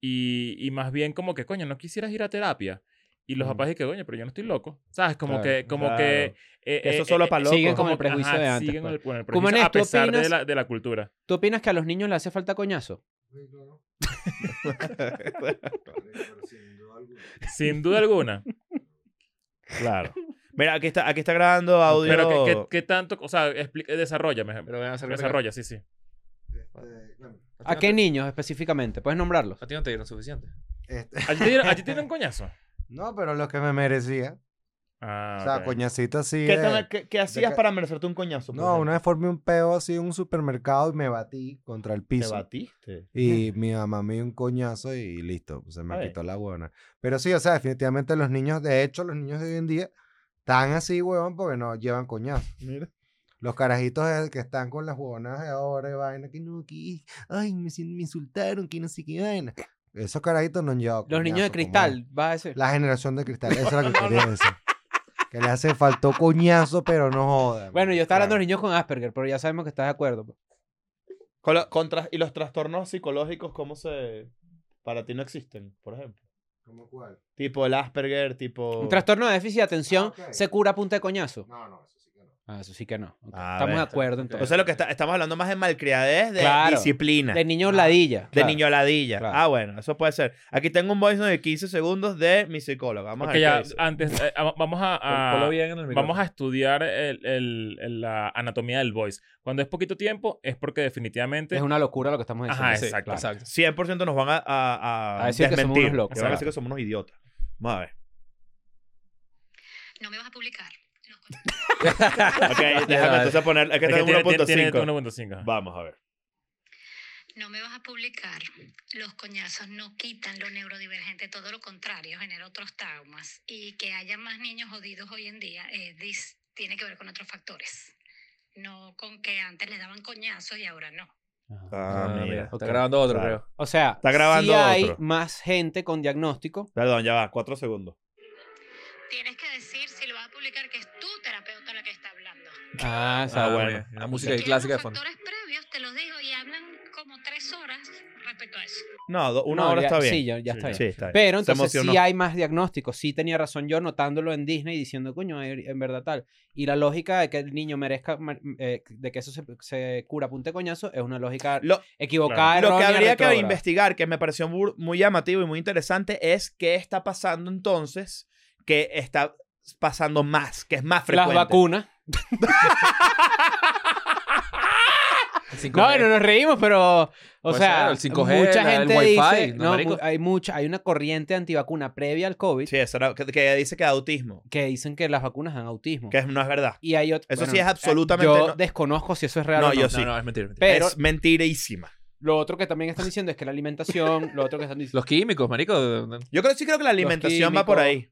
Speaker 1: y, y más bien como que, coño, no quisieras ir a terapia. Y los
Speaker 2: Mm.
Speaker 1: papás dicen, coño, pero yo no estoy loco. ¿Sabes? Como
Speaker 2: Claro,
Speaker 1: que... Como
Speaker 3: claro.
Speaker 1: que eh,
Speaker 3: Eso
Speaker 1: eh,
Speaker 3: solo
Speaker 1: eh,
Speaker 3: pa'
Speaker 1: eh,
Speaker 3: locos.
Speaker 2: Siguen con el
Speaker 1: que,
Speaker 2: prejuicio de antes,
Speaker 1: Siguen
Speaker 2: pues.
Speaker 1: con el, con el
Speaker 2: Como en
Speaker 1: prejuicio a
Speaker 2: esto,
Speaker 1: pesar de,
Speaker 2: opinas-
Speaker 1: la, de la cultura.
Speaker 2: ¿Tú opinas que a los niños les hace falta coñazo?
Speaker 6: Sí, claro. este,
Speaker 1: Sin duda alguna.
Speaker 3: claro. Mira, aquí está, aquí está grabando audio.
Speaker 1: Pero ¿qué, qué, qué tanto? O sea, expli- eh, desarrolla, mejor.
Speaker 4: Pero van a hacer
Speaker 1: Desarrolla, sí, sí.
Speaker 6: Este, bueno,
Speaker 2: ¿A qué niños específicamente? ¿Puedes nombrarlos?
Speaker 4: A ti no te dieron suficiente.
Speaker 6: este,
Speaker 1: Allí tiene, allí tiene un coñazo.
Speaker 6: no, pero lo que me merecía.
Speaker 1: Ah,
Speaker 6: o sea,
Speaker 1: ok.
Speaker 6: coñacito así.
Speaker 3: ¿Qué
Speaker 6: de-
Speaker 3: tan- qué- qué hacías
Speaker 6: ca-
Speaker 3: para merecerte un coñazo? por
Speaker 6: No,
Speaker 3: ejemplo?
Speaker 6: una vez formé un peo así en un supermercado y me batí contra el
Speaker 3: Te
Speaker 6: piso.
Speaker 3: batiste.
Speaker 6: Y mi mamá me dio un coñazo y listo, se me
Speaker 3: Ay.
Speaker 6: quitó la buena. Pero sí, o sea, definitivamente los niños, de hecho, los niños de hoy en día están así, huevón, porque no llevan coñazo.
Speaker 3: Mira.
Speaker 6: Los carajitos eh, que están con las huevonas de ahora y vaina, que no, que, ay, me, sin- me insultaron, que no sé qué vaina. Esos carajitos no han llevado
Speaker 2: Los niños de
Speaker 6: coñazo, como
Speaker 2: cristal, vas a decir.
Speaker 6: es. La generación de cristal, eso es lo que quería decir. Que le hace faltó coñazo, pero no joda.
Speaker 2: Bueno, yo estaba hablando de
Speaker 6: claro.
Speaker 2: los niños con Asperger, pero ya sabemos que estás de acuerdo. pues.
Speaker 3: Con lo- contra- y los trastornos psicológicos, ¿cómo se. para ti no existen, por ejemplo?
Speaker 6: ¿Cómo cuál?
Speaker 3: Tipo el Asperger, tipo.
Speaker 2: Un trastorno de déficit de atención
Speaker 6: Ah, ok.
Speaker 2: se cura a punta de coñazo.
Speaker 6: No, no, eso sí que no.
Speaker 2: Ah, eso sí que no. Ok,
Speaker 3: Ah,
Speaker 2: Estamos de
Speaker 3: ves.
Speaker 2: acuerdo
Speaker 3: O
Speaker 2: entonces.
Speaker 3: sea, lo que está- estamos hablando más de malcriadez, de
Speaker 2: Claro.
Speaker 3: disciplina.
Speaker 2: de niño ladilla.
Speaker 3: ah, De
Speaker 2: claro.
Speaker 3: niño ladilla.
Speaker 2: Claro.
Speaker 3: Ah, bueno, eso puede ser. Aquí tengo un voice note de 15 segundos de mi psicóloga. Vamos
Speaker 1: Ok,
Speaker 3: a
Speaker 1: ya,
Speaker 3: ver. qué dice.
Speaker 1: antes, eh, ah, vamos a- a...
Speaker 4: Ponlo bien en el micrófono.
Speaker 1: Vamos a estudiar el- el- el- la anatomía del voice. Cuando es poquito tiempo, es porque definitivamente.
Speaker 2: Es una locura lo que estamos diciendo.
Speaker 1: Ajá,
Speaker 4: Sí,
Speaker 1: exacto.
Speaker 2: claro.
Speaker 3: 100% nos van a, a, a
Speaker 2: A decir que somos
Speaker 3: desmentir.
Speaker 2: unos locos.
Speaker 3: Que van a decir que somos unos idiotas. Vamos a ver.
Speaker 7: No me vas a publicar. Los contratos
Speaker 3: Ok, déjame entonces poner. Aquí
Speaker 1: Es
Speaker 3: tengo
Speaker 1: tiene- tiene- tiene
Speaker 3: 1.5.
Speaker 1: 1.5. ajá.
Speaker 3: Vamos a ver.
Speaker 7: No me vas a publicar. Los coñazos no quitan lo neurodivergente, todo lo contrario, genera otros traumas. Y que haya más niños jodidos hoy en día eh, dis- tiene que ver con otros factores. No con que antes le daban coñazos y ahora no.
Speaker 2: Ajá.
Speaker 3: Ah, mira.
Speaker 4: Está grabando otro,
Speaker 3: Claro.
Speaker 4: creo.
Speaker 2: O sea,
Speaker 3: Está grabando
Speaker 2: sí hay
Speaker 3: otro.
Speaker 2: más gente con diagnóstico.
Speaker 3: Perdón, ya va. 4 segundos.
Speaker 7: Tienes que decir si lo vas a publicar que es tu terapeuta la que está hablando.
Speaker 2: Ah,
Speaker 4: Ah,
Speaker 2: exacto.
Speaker 4: bueno. Una música ahí
Speaker 7: Quiero
Speaker 4: clásica de
Speaker 7: los
Speaker 4: fondo.
Speaker 7: factores previos, te los digo, y hablan como tres horas respecto a eso.
Speaker 3: No, do- una
Speaker 2: No,
Speaker 3: hora
Speaker 2: ya-
Speaker 3: está bien.
Speaker 2: Sí, ya, ya está bien.
Speaker 3: Sí, está bien.
Speaker 2: Pero
Speaker 3: Se
Speaker 2: entonces
Speaker 3: emocionó.
Speaker 2: sí hay más diagnósticos. Sí tenía razón yo notándolo en Disney diciendo, coño, er- en verdad tal. Y la lógica de que el niño merezca, mar- eh, de que eso se, se cura a punta de coñazo, es una lógica
Speaker 3: Lo-
Speaker 2: equivocada.
Speaker 3: Lo que
Speaker 2: errónea,
Speaker 3: habría que
Speaker 2: retrógrada.
Speaker 3: investigar, que me pareció bur- muy llamativo y muy interesante, es qué está pasando entonces que está pasando más, que es más frecuente.
Speaker 2: Las vacunas.
Speaker 4: El 5G.
Speaker 2: No, bueno, nos reímos, pero. O
Speaker 4: Puede
Speaker 2: sea,
Speaker 4: ser, el 5G,
Speaker 2: mucha
Speaker 4: la- el
Speaker 2: gente
Speaker 4: wifi,
Speaker 2: dice.
Speaker 4: ¿no,
Speaker 2: No,
Speaker 4: marico?
Speaker 2: mu- hay, mucha, hay una corriente antivacuna previa al COVID
Speaker 3: Sí, eso era- que, que dice que autismo,
Speaker 2: que dicen que las vacunas dan autismo.
Speaker 3: que es- no es verdad.
Speaker 2: Y hay ot-
Speaker 3: Eso sí
Speaker 2: bueno,
Speaker 3: es absolutamente
Speaker 2: Yo
Speaker 3: no-
Speaker 2: desconozco si eso es real
Speaker 3: No,
Speaker 2: o no.
Speaker 3: yo
Speaker 4: No,
Speaker 3: sí.
Speaker 4: no, es mentira. es mentira.
Speaker 2: Pero
Speaker 3: es mentirísima.
Speaker 2: lo otro que también están diciendo es que la alimentación, lo otro que están diciendo.
Speaker 4: Los químicos, marico.
Speaker 3: Yo creo, sí creo que la alimentación va por ahí.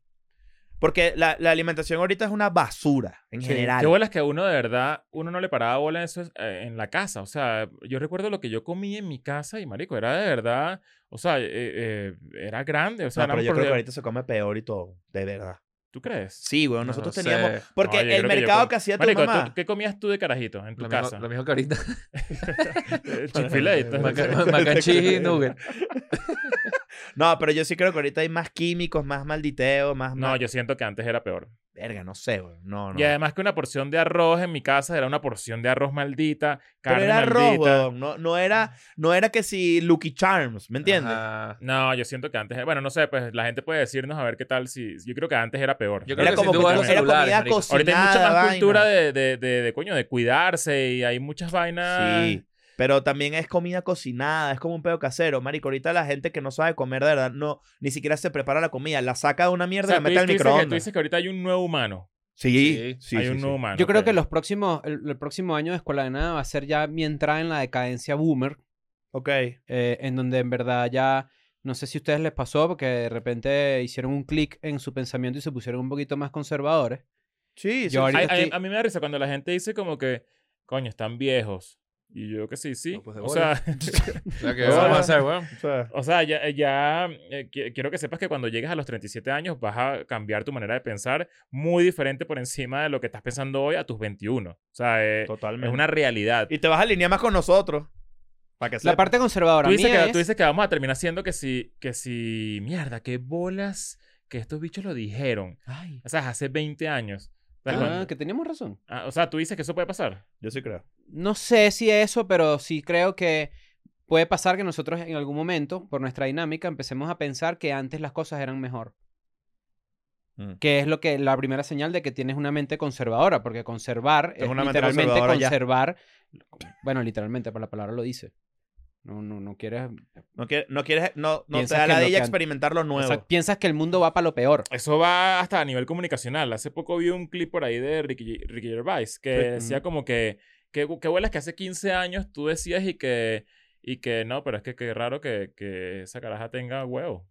Speaker 3: Porque la, la alimentación ahorita es una basura, en
Speaker 2: Sí.
Speaker 3: general.
Speaker 1: Qué bola es que uno de verdad, uno no le paraba bola en eso eh, en la casa. O sea, yo recuerdo lo que yo comí en mi casa y marico, era de verdad, o sea, eh, eh, era grande. O sea,
Speaker 3: No, pero
Speaker 1: éramos
Speaker 3: yo creo que
Speaker 1: por-
Speaker 3: ahorita se come peor y todo, de verdad.
Speaker 1: ¿Tú crees?
Speaker 3: Sí, güey, nosotros teníamos... Porque
Speaker 1: No, yo
Speaker 3: el
Speaker 1: creo que yo
Speaker 3: mercado que,
Speaker 1: como-
Speaker 3: hacía tu
Speaker 1: Marico, ¿tú-
Speaker 3: mamá...
Speaker 1: ¿qué comías tú de carajito en tu
Speaker 4: Lo
Speaker 1: casa?
Speaker 4: mismo, lo mismo que ahorita.
Speaker 1: Eh, Chick-fil-A. entonces-
Speaker 4: Maca- mac and cheese y nugget.
Speaker 3: No, pero yo sí creo que ahorita hay más químicos, más malditeo, más.
Speaker 1: No,
Speaker 3: más-
Speaker 1: yo siento que antes era peor.
Speaker 3: Verga, no sé, güey. No, no.
Speaker 1: Y además que una porción de arroz en mi casa era una porción de arroz maldita,
Speaker 3: pero
Speaker 1: carne
Speaker 3: era arroz,
Speaker 1: maldita.
Speaker 3: weón. No, no, era, no era que si Lucky Charms, ¿me entiendes?
Speaker 4: Ajá.
Speaker 1: No, yo siento que antes, era- bueno, no sé, pues la gente puede decirnos a ver qué tal si yo creo que antes era peor.
Speaker 4: Yo creo
Speaker 3: Era
Speaker 4: que
Speaker 3: como
Speaker 4: sin duda
Speaker 3: que-
Speaker 4: los
Speaker 3: era
Speaker 4: celulares,
Speaker 3: comida
Speaker 4: marico.
Speaker 3: cocinada.
Speaker 1: Ahorita hay mucha más
Speaker 3: vaina.
Speaker 1: cultura de, de, de, de coño, de cuidarse y hay muchas vainas.
Speaker 3: Sí. Pero también es comida cocinada, es como un pedo casero, marico. Ahorita la gente que no sabe comer de verdad, no, ni siquiera se prepara la comida, la saca de una
Speaker 1: O
Speaker 3: mierda
Speaker 1: sea,
Speaker 3: y
Speaker 1: tú
Speaker 3: la mete
Speaker 1: dices- tú dices que-
Speaker 3: al microondas.
Speaker 1: Tú dices que ahorita hay un nuevo humano.
Speaker 3: Sí,
Speaker 4: Sí,
Speaker 3: sí,
Speaker 1: hay
Speaker 3: sí,
Speaker 1: un
Speaker 3: sí.
Speaker 1: nuevo humano. pues.
Speaker 2: Yo creo
Speaker 1: ok.
Speaker 2: que los próximos, el, el próximo año de Escuela de Nada va a ser ya mi entrada en la decadencia boomer,
Speaker 3: Ok.
Speaker 2: eh, en donde en verdad ya, no sé si a ustedes les pasó, porque de repente hicieron un clic en su pensamiento y se pusieron un poquito más conservadores.
Speaker 3: Sí, sí.
Speaker 2: Yo
Speaker 3: sí.
Speaker 2: ahorita-
Speaker 1: Ay, ay,
Speaker 2: estoy-
Speaker 1: A mí me da risa cuando la gente dice como que, coño, están viejos. Y yo que sí, sí.
Speaker 4: No, pues, de
Speaker 1: o sea,
Speaker 4: O sea, ¿qué
Speaker 1: Ahora-
Speaker 4: vamos a hacer, weón?
Speaker 3: O sea,
Speaker 1: o sea, ya, ya, eh, qui- quiero que sepas que cuando llegues a los 37 años vas a cambiar tu manera de pensar muy diferente por encima de lo que estás pensando hoy a tus 21. O sea, eh, es
Speaker 3: totalmente.
Speaker 1: una realidad.
Speaker 3: Y te vas a alinear más con nosotros. Para que
Speaker 2: La
Speaker 3: sepas.
Speaker 2: parte conservadora
Speaker 1: Tú dices,
Speaker 2: mía
Speaker 1: que,
Speaker 2: es-
Speaker 1: tú dices que vamos a terminar siendo que si, que si, mierda, qué bolas que estos bichos lo dijeron.
Speaker 2: Ay,
Speaker 1: O sea, hace 20 años. ¿Te das
Speaker 2: ah,
Speaker 1: cuenta?
Speaker 2: que teníamos razón.
Speaker 1: Ah, o sea, tú dices que eso puede pasar.
Speaker 3: Yo sí creo.
Speaker 2: No sé si eso, pero sí creo que puede pasar que nosotros en algún momento, por nuestra dinámica, empecemos a pensar que antes las cosas eran mejor.
Speaker 3: Mm.
Speaker 2: Que es lo que la primera señal de que tienes una mente conservadora, porque conservar
Speaker 3: Tengo
Speaker 2: es
Speaker 3: una mente
Speaker 2: literalmente
Speaker 3: conservadora ya.
Speaker 2: conservar. Bueno, literalmente, por la palabra lo dice. No, no, no quieres.
Speaker 3: No, quiere- no quieres, no, no te
Speaker 2: Piensas
Speaker 3: da
Speaker 2: que
Speaker 3: la
Speaker 2: lo
Speaker 3: de
Speaker 2: que
Speaker 3: ella
Speaker 2: han-
Speaker 3: experimentar lo nuevo.
Speaker 2: Exacto, piensas que el mundo va para lo peor.
Speaker 1: Eso va hasta a nivel comunicacional. Hace poco vi un clip por ahí de Ricky, Ricky Gervais que
Speaker 3: Sí.
Speaker 1: decía como que, que, que bolas que hace 15 años tú decías y que, y que no, pero es que qué raro que, que esa caraja tenga huevo.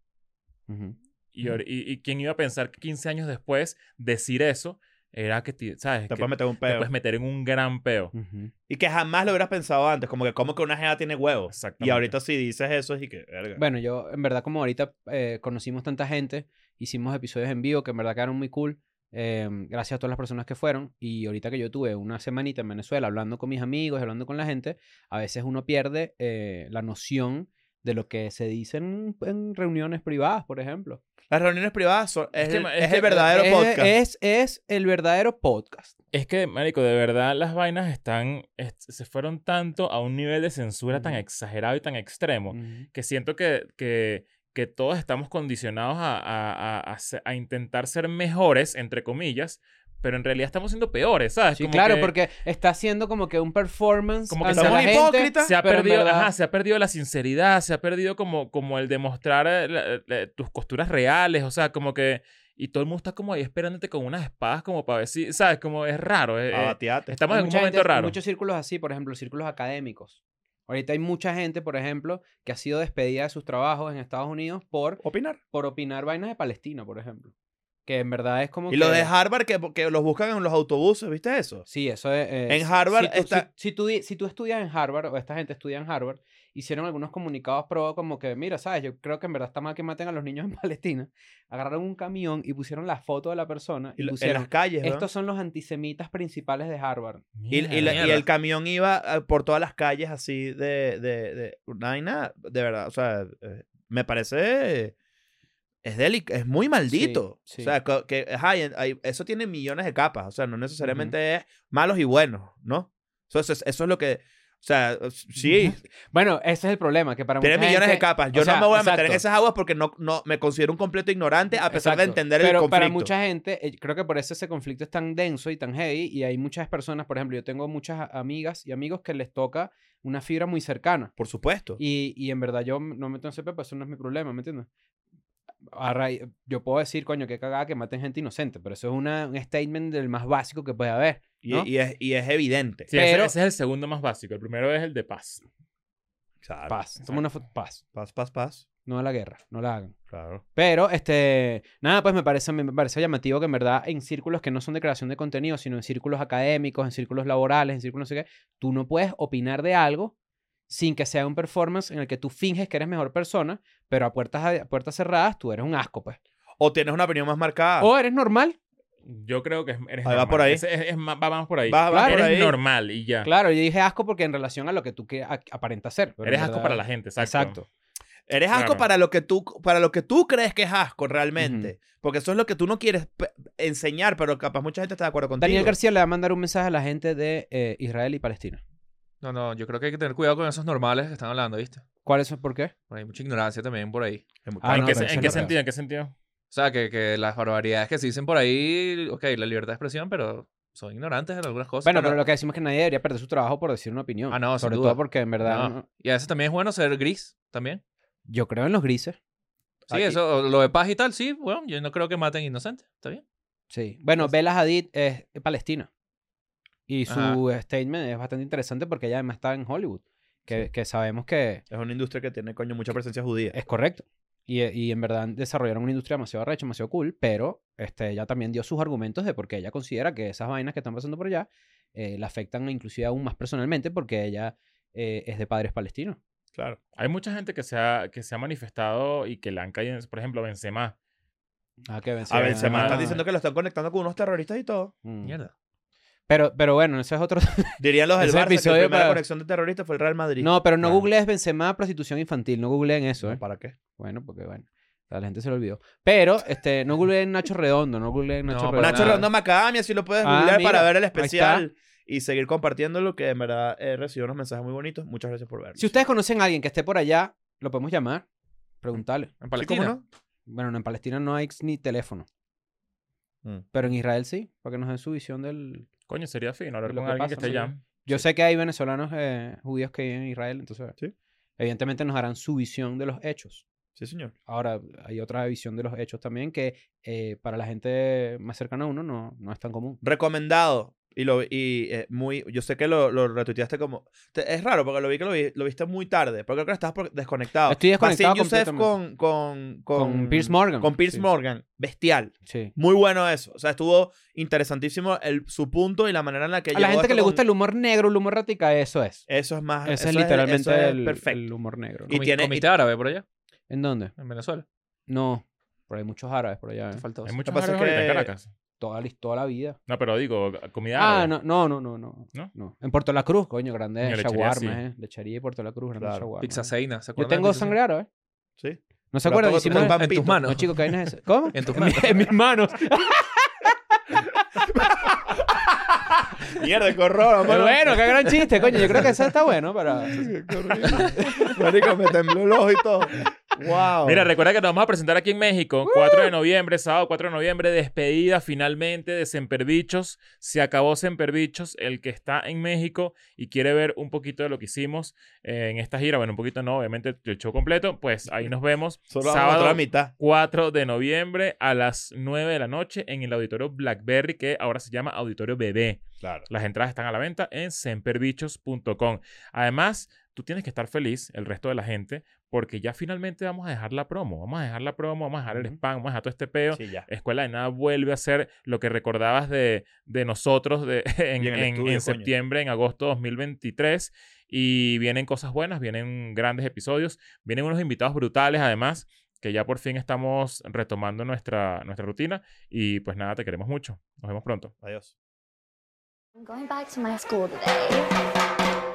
Speaker 2: Ujú.
Speaker 1: Y, ahor- y, y quién iba a pensar que 15 años después decir eso era que, ti- ¿sabes?
Speaker 3: Te
Speaker 1: que
Speaker 3: puedes meter un
Speaker 1: te
Speaker 3: pedo.
Speaker 1: puedes meter en un gran peo.
Speaker 2: Ujú.
Speaker 3: Y que jamás lo hubieras pensado antes. Como que, como que una jea tiene huevos. Y
Speaker 1: Exactamente.
Speaker 3: ahorita si dices eso, es y que, verga.
Speaker 2: Bueno, yo, en verdad, como ahorita eh, conocimos tanta gente, hicimos episodios en vivo que en verdad quedaron muy cool. eh, gracias a todas las personas que fueron. Y ahorita que yo tuve una semanita en Venezuela hablando con mis amigos, hablando con la gente, a veces uno pierde eh, la noción de lo que se dice en, en reuniones privadas, por ejemplo.
Speaker 3: Las reuniones privadas son, es,
Speaker 1: Es que
Speaker 3: el-
Speaker 1: ma-
Speaker 3: es
Speaker 1: es
Speaker 3: el
Speaker 1: que-
Speaker 3: verdadero
Speaker 2: es,
Speaker 3: podcast.
Speaker 2: Es, es el verdadero podcast.
Speaker 1: Es que, marico, de verdad las vainas están, es- se fueron tanto a un nivel de censura tan
Speaker 2: Ujú.
Speaker 1: exagerado y tan extremo
Speaker 2: Ujú.
Speaker 1: que siento que, que, que todos estamos condicionados a, a- a- a se- a intentar ser mejores, entre comillas, pero en realidad estamos siendo peores, ¿sabes?
Speaker 2: Sí,
Speaker 1: Como
Speaker 2: claro,
Speaker 1: que
Speaker 2: porque está haciendo como que un performance.
Speaker 1: Como que
Speaker 2: ante
Speaker 1: somos
Speaker 2: la gente,
Speaker 3: hipócritas,
Speaker 1: Se ha,
Speaker 2: pero en
Speaker 1: perdido,
Speaker 2: verdad-
Speaker 1: ajá, se ha perdido la sinceridad, se ha perdido como, como el demostrar eh, la- la- tus costuras reales, o sea, como que... Y todo el mundo está como ahí esperándote con unas espadas como para ver si, ¿sabes? Como es raro.
Speaker 2: Eh,
Speaker 1: es- es-
Speaker 3: Abateate.
Speaker 1: estamos
Speaker 2: Hay
Speaker 1: en un
Speaker 2: Ah, mucha
Speaker 1: momento
Speaker 2: gente-
Speaker 1: raro.
Speaker 2: Muchos círculos así, por ejemplo, círculos académicos. Ahorita hay mucha gente, por ejemplo, que ha sido despedida de sus trabajos en Estados Unidos por,
Speaker 3: Opinar.
Speaker 2: por opinar vainas de Palestina, por ejemplo. Que en verdad es como
Speaker 3: Y
Speaker 2: que...
Speaker 3: los de Harvard que, que los buscan en los autobuses, ¿viste eso?
Speaker 2: Sí, eso es... eh,
Speaker 3: En Harvard
Speaker 2: si tú,
Speaker 3: está-
Speaker 2: Si, si tú, di- si tú estudias en Harvard, o esta gente estudia en Harvard, hicieron algunos comunicados pro como que, mira, sabes, yo creo que en verdad está mal que maten a los niños en Palestina. Agarraron un camión y pusieron la foto de la persona
Speaker 3: Y
Speaker 2: y,
Speaker 3: lo- en
Speaker 2: pusieron...
Speaker 3: las calles, ¿verdad?
Speaker 2: Estos son los antisemitas principales de Harvard.
Speaker 3: Y, y la- y
Speaker 4: Mierda.
Speaker 3: el camión iba eh, por todas las calles así de... de, de no hay nada, de verdad. O sea, eh, me parece... eh, Es delic- es muy maldito.
Speaker 2: Sí, sí.
Speaker 3: O sea, co- que, ajá, y en- hay- eso tiene millones de capas. O sea, no necesariamente es malos y buenos, ¿no? Eso, es- eso es lo que... O sea, sí,
Speaker 2: Bueno, ese es el problema, que para
Speaker 3: tiene
Speaker 2: mucha
Speaker 3: millones de
Speaker 2: gente-
Speaker 3: capas. Yo
Speaker 2: o sea,
Speaker 3: no me voy a meter en
Speaker 2: exacto.
Speaker 3: esas aguas porque no, no me considero un completo ignorante a pesar de
Speaker 2: Exacto.
Speaker 3: entender el
Speaker 2: Pero
Speaker 3: conflicto.
Speaker 2: para mucha gente, eh, creo que por eso ese conflicto es tan denso y tan heavy y hay muchas personas, por ejemplo, yo tengo muchas a- amigas y amigos que les toca una fibra muy cercana
Speaker 3: Por supuesto.
Speaker 2: y, y en verdad yo m- no meto en ese pepo, eso no es mi problema, ¿me entiendes? A raíz- yo puedo decir, coño, qué cagada que maten gente inocente, pero eso es una, un statement del más básico que puede haber.
Speaker 3: Y,
Speaker 2: ¿no?
Speaker 3: y es, y es evidente.
Speaker 1: Sí, ese-
Speaker 2: Pero-
Speaker 1: ese, es el segundo más básico. El primero es el de paz.
Speaker 3: Claro.
Speaker 2: Paz, toma una foto, paz,
Speaker 3: Paz, paz, paz.
Speaker 2: no a la guerra, no la hagan.
Speaker 3: Claro.
Speaker 2: Pero, este, nada, pues me parece, me parece llamativo que en verdad en círculos que no son de creación de contenido, sino en círculos académicos, en círculos laborales, en círculos no sé qué, tú no puedes opinar de algo sin que sea un performance en el que tú finges que eres mejor persona, pero a puertas, a puertas cerradas tú eres un asco, pues.
Speaker 3: O tienes una opinión más
Speaker 4: Ah.
Speaker 3: marcada.
Speaker 2: O eres normal,
Speaker 1: Yo creo que es, eres
Speaker 3: Ahí va
Speaker 1: normal.
Speaker 3: por ahí.
Speaker 1: Ese es- es más- va más por ahí.
Speaker 3: Va- va
Speaker 2: claro,
Speaker 1: eres
Speaker 3: por ahí.
Speaker 1: normal y
Speaker 4: Ah.
Speaker 1: ya.
Speaker 2: claro, yo dije asco porque en relación a lo que tú que a- aparentas ser. pero en
Speaker 1: eres asco
Speaker 2: verdad-
Speaker 1: para la gente, exacto.
Speaker 2: Exacto.
Speaker 3: Eres asco
Speaker 1: Claro.
Speaker 3: para, lo que tú, para lo que tú crees que es asco realmente. Porque eso es lo que tú no quieres pe- enseñar, pero capaz mucha gente está de acuerdo contigo.
Speaker 2: Daniel García le va a mandar un mensaje a la gente de eh, Israel y Palestina.
Speaker 4: No, no, yo creo que hay que tener cuidado con esos normales que están hablando, ¿viste?
Speaker 2: ¿Cuál es? ¿Por qué?
Speaker 4: Bueno, hay mucha ignorancia también por ahí.
Speaker 3: Es muy-
Speaker 2: Ah,
Speaker 1: ¿En,
Speaker 2: no,
Speaker 1: qué,
Speaker 2: pero
Speaker 1: se- en
Speaker 2: eso es
Speaker 1: qué
Speaker 2: lo peor.
Speaker 1: sentido? ¿En qué sentido?
Speaker 4: O sea, que, que las barbaridades que se dicen por ahí, ok, la libertad de expresión, pero son ignorantes en algunas cosas.
Speaker 2: Bueno,
Speaker 4: Bueno,
Speaker 2: pero lo que decimos es que nadie debería perder su trabajo por decir una opinión.
Speaker 4: Ah, no, sin
Speaker 2: Sobre
Speaker 4: duda.
Speaker 2: todo porque en verdad
Speaker 4: no.
Speaker 2: no-
Speaker 4: Y a veces también es bueno ser gris, también.
Speaker 2: yo creo en los grises.
Speaker 4: Sí,
Speaker 3: Aquí-
Speaker 4: eso, lo de paz y tal, sí, bueno, yo no creo que maten inocentes, está bien.
Speaker 2: Sí. Bueno,
Speaker 4: Pues-
Speaker 2: Bella Hadid es palestina. Y su
Speaker 4: Ajá.
Speaker 2: statement es bastante interesante porque ella además está en Hollywood. Que, que sabemos que
Speaker 3: Es una industria que tiene, coño, mucha presencia judía.
Speaker 2: es correcto. Y, y en verdad desarrollaron una industria demasiado recha, demasiado cool, pero este, ella también dio sus argumentos de por qué ella considera que esas vainas que están pasando por allá eh, la afectan inclusive aún más personalmente porque ella eh, es de padres palestinos.
Speaker 3: Claro.
Speaker 1: Hay mucha gente que se ha, que se ha manifestado y que le han caído, por ejemplo, Benzema.
Speaker 2: Ah, que
Speaker 3: a ver, se
Speaker 1: Benzema
Speaker 3: me
Speaker 1: ah.
Speaker 3: están diciendo que lo están conectando con unos terroristas y todo.
Speaker 2: Mm.
Speaker 4: Mierda.
Speaker 2: Pero, pero bueno, ese es otro...
Speaker 3: Dirían los del
Speaker 2: Ese
Speaker 3: Barça que
Speaker 2: episodio
Speaker 3: la primera
Speaker 2: para-
Speaker 3: conexión de terroristas fue el Real Madrid.
Speaker 2: No, pero no
Speaker 1: Claro.
Speaker 2: googlees Benzema prostitución infantil, no googleen eso, ¿eh?
Speaker 3: ¿Para qué?
Speaker 2: Bueno, porque bueno, a la gente se lo olvidó. Pero, este, no googleen Nacho Redondo, no googleen
Speaker 4: No,
Speaker 2: Nacho
Speaker 4: para
Speaker 2: Redondo.
Speaker 3: Nacho
Speaker 4: nada.
Speaker 3: Redondo Macadamia, si lo puedes
Speaker 2: Ah,
Speaker 3: googlear
Speaker 2: mira,
Speaker 3: para ver el
Speaker 2: está.
Speaker 3: especial y seguir compartiendo lo que en verdad he recibido unos mensajes muy bonitos. Muchas gracias por verlo.
Speaker 2: Si ustedes conocen a alguien que esté por allá, lo podemos llamar, preguntarle.
Speaker 4: En
Speaker 3: Sí, ¿cómo
Speaker 4: Palestina.
Speaker 3: no?
Speaker 2: Bueno, no, en Palestina no hay ni teléfono.
Speaker 3: Mm.
Speaker 2: Pero en Israel sí, para que nos den su visión del...
Speaker 1: Coño, sería fino hablar
Speaker 2: Lo
Speaker 1: con
Speaker 2: que
Speaker 1: alguien que
Speaker 2: pasa,
Speaker 1: esté
Speaker 2: ¿no?
Speaker 1: allá.
Speaker 2: Yo sé que hay venezolanos eh, judíos que viven en Israel, entonces...
Speaker 3: Sí.
Speaker 2: Evidentemente nos harán su visión de los hechos.
Speaker 3: Sí, señor.
Speaker 2: Ahora, hay otra visión de los hechos también que eh, para la gente más cercana a uno no, no es tan común.
Speaker 3: Recomendado. Y lo y eh, muy. Yo sé que lo, lo retuiteaste como. te- es raro porque lo vi que lo, vi- lo viste muy tarde. Porque creo que estás por- desconectado.
Speaker 2: Estoy desconectado
Speaker 3: Basim Youssef con,
Speaker 2: completamente.
Speaker 3: con, con.
Speaker 2: Con, Pierce Morgan.
Speaker 3: Con Piers
Speaker 2: Sí,
Speaker 3: Morgan. Bestial.
Speaker 2: Sí.
Speaker 3: Muy bueno eso. O sea, estuvo interesantísimo el, su punto y la manera en la que.
Speaker 2: A la
Speaker 3: llegó
Speaker 2: gente
Speaker 3: esto
Speaker 2: que le
Speaker 3: con-
Speaker 2: gusta el humor negro, el humor radical, eso es.
Speaker 3: Eso es más.
Speaker 2: Ese
Speaker 3: eso
Speaker 2: es literalmente
Speaker 3: eso es
Speaker 2: el,
Speaker 3: perfecto.
Speaker 2: el humor negro. ¿no?
Speaker 3: Y
Speaker 4: Comi-
Speaker 3: tiene-
Speaker 4: Comité árabe por allá,
Speaker 2: ¿En dónde?
Speaker 4: en Venezuela.
Speaker 2: No, pero hay muchos árabes por allá. ¿eh?
Speaker 4: Te faltó.
Speaker 1: Hay
Speaker 4: eso.
Speaker 1: muchos
Speaker 3: pasa
Speaker 1: árabes
Speaker 3: es
Speaker 1: ahorita en
Speaker 3: que-
Speaker 1: Caracas.
Speaker 2: Toda, la- toda la vida.
Speaker 1: No, pero digo, comida
Speaker 2: Ah,
Speaker 1: árabe.
Speaker 2: no, no, no, no, no,
Speaker 1: ¿No?
Speaker 2: no. En Puerto La Cruz, coño, grande
Speaker 1: Coño, lechería,
Speaker 2: shawarma,
Speaker 1: sí.
Speaker 2: ¿eh? Lechería y Puerto La Cruz, grande
Speaker 3: Claro.
Speaker 2: shawarma.
Speaker 4: Pizza Seina, ¿se
Speaker 2: Yo
Speaker 4: acuerdan? de
Speaker 2: tengo
Speaker 4: Pizza Seina?
Speaker 2: sangre árabe.
Speaker 3: Sí.
Speaker 2: ¿No se
Speaker 3: Pero
Speaker 2: acuerdan?
Speaker 3: todo-
Speaker 2: Hicimos...
Speaker 3: todo-
Speaker 4: En tus
Speaker 3: Pampito.
Speaker 2: No,
Speaker 4: manos.
Speaker 2: chico, ¿qué vaina es esa? ¿Cómo?
Speaker 4: En tus
Speaker 2: mi-
Speaker 4: manos.
Speaker 2: en mis manos.
Speaker 3: Mierda, qué horror,
Speaker 2: Pero
Speaker 3: mano.
Speaker 2: bueno, qué gran chiste, coño. Yo creo que eso está bueno para...
Speaker 3: Qué horrible. Marico, me tembló el ojo y todo. Wow.
Speaker 1: Mira, recuerda que nos vamos a presentar aquí en México, 4 de noviembre, sábado 4 de noviembre, despedida finalmente de Semperbichos. Se acabó Semperbichos, el que está en México y quiere ver un poquito de lo que hicimos eh, en esta gira, bueno, un poquito no, obviamente el show completo, pues ahí nos vemos
Speaker 3: solo vamos a mostrar la
Speaker 1: sábado
Speaker 3: mitad.
Speaker 1: 4 de noviembre a las 9 de la noche en el auditorio Blackberry, que ahora se llama Auditorio Bebé.
Speaker 3: Claro.
Speaker 1: Las entradas están a la venta en semperbichos.com. Además, tú tienes que estar feliz, el resto de la gente, porque ya finalmente vamos a dejar la promo. Vamos a dejar la promo, vamos a dejar el
Speaker 2: Ujú.
Speaker 1: spam, vamos a dejar todo este peo.
Speaker 3: Sí, ya.
Speaker 1: Escuela de Nada vuelve a ser lo que recordabas de, de nosotros de- en,
Speaker 3: Y en el
Speaker 1: en-
Speaker 3: estudio,
Speaker 1: en
Speaker 3: coño.
Speaker 1: septiembre, en agosto 2023. Y vienen cosas buenas, vienen grandes episodios, vienen unos invitados brutales además, que ya por fin estamos retomando nuestra, nuestra rutina. Y pues nada, te queremos mucho. Nos vemos pronto.
Speaker 3: Adiós.
Speaker 8: I'm going back to my school today.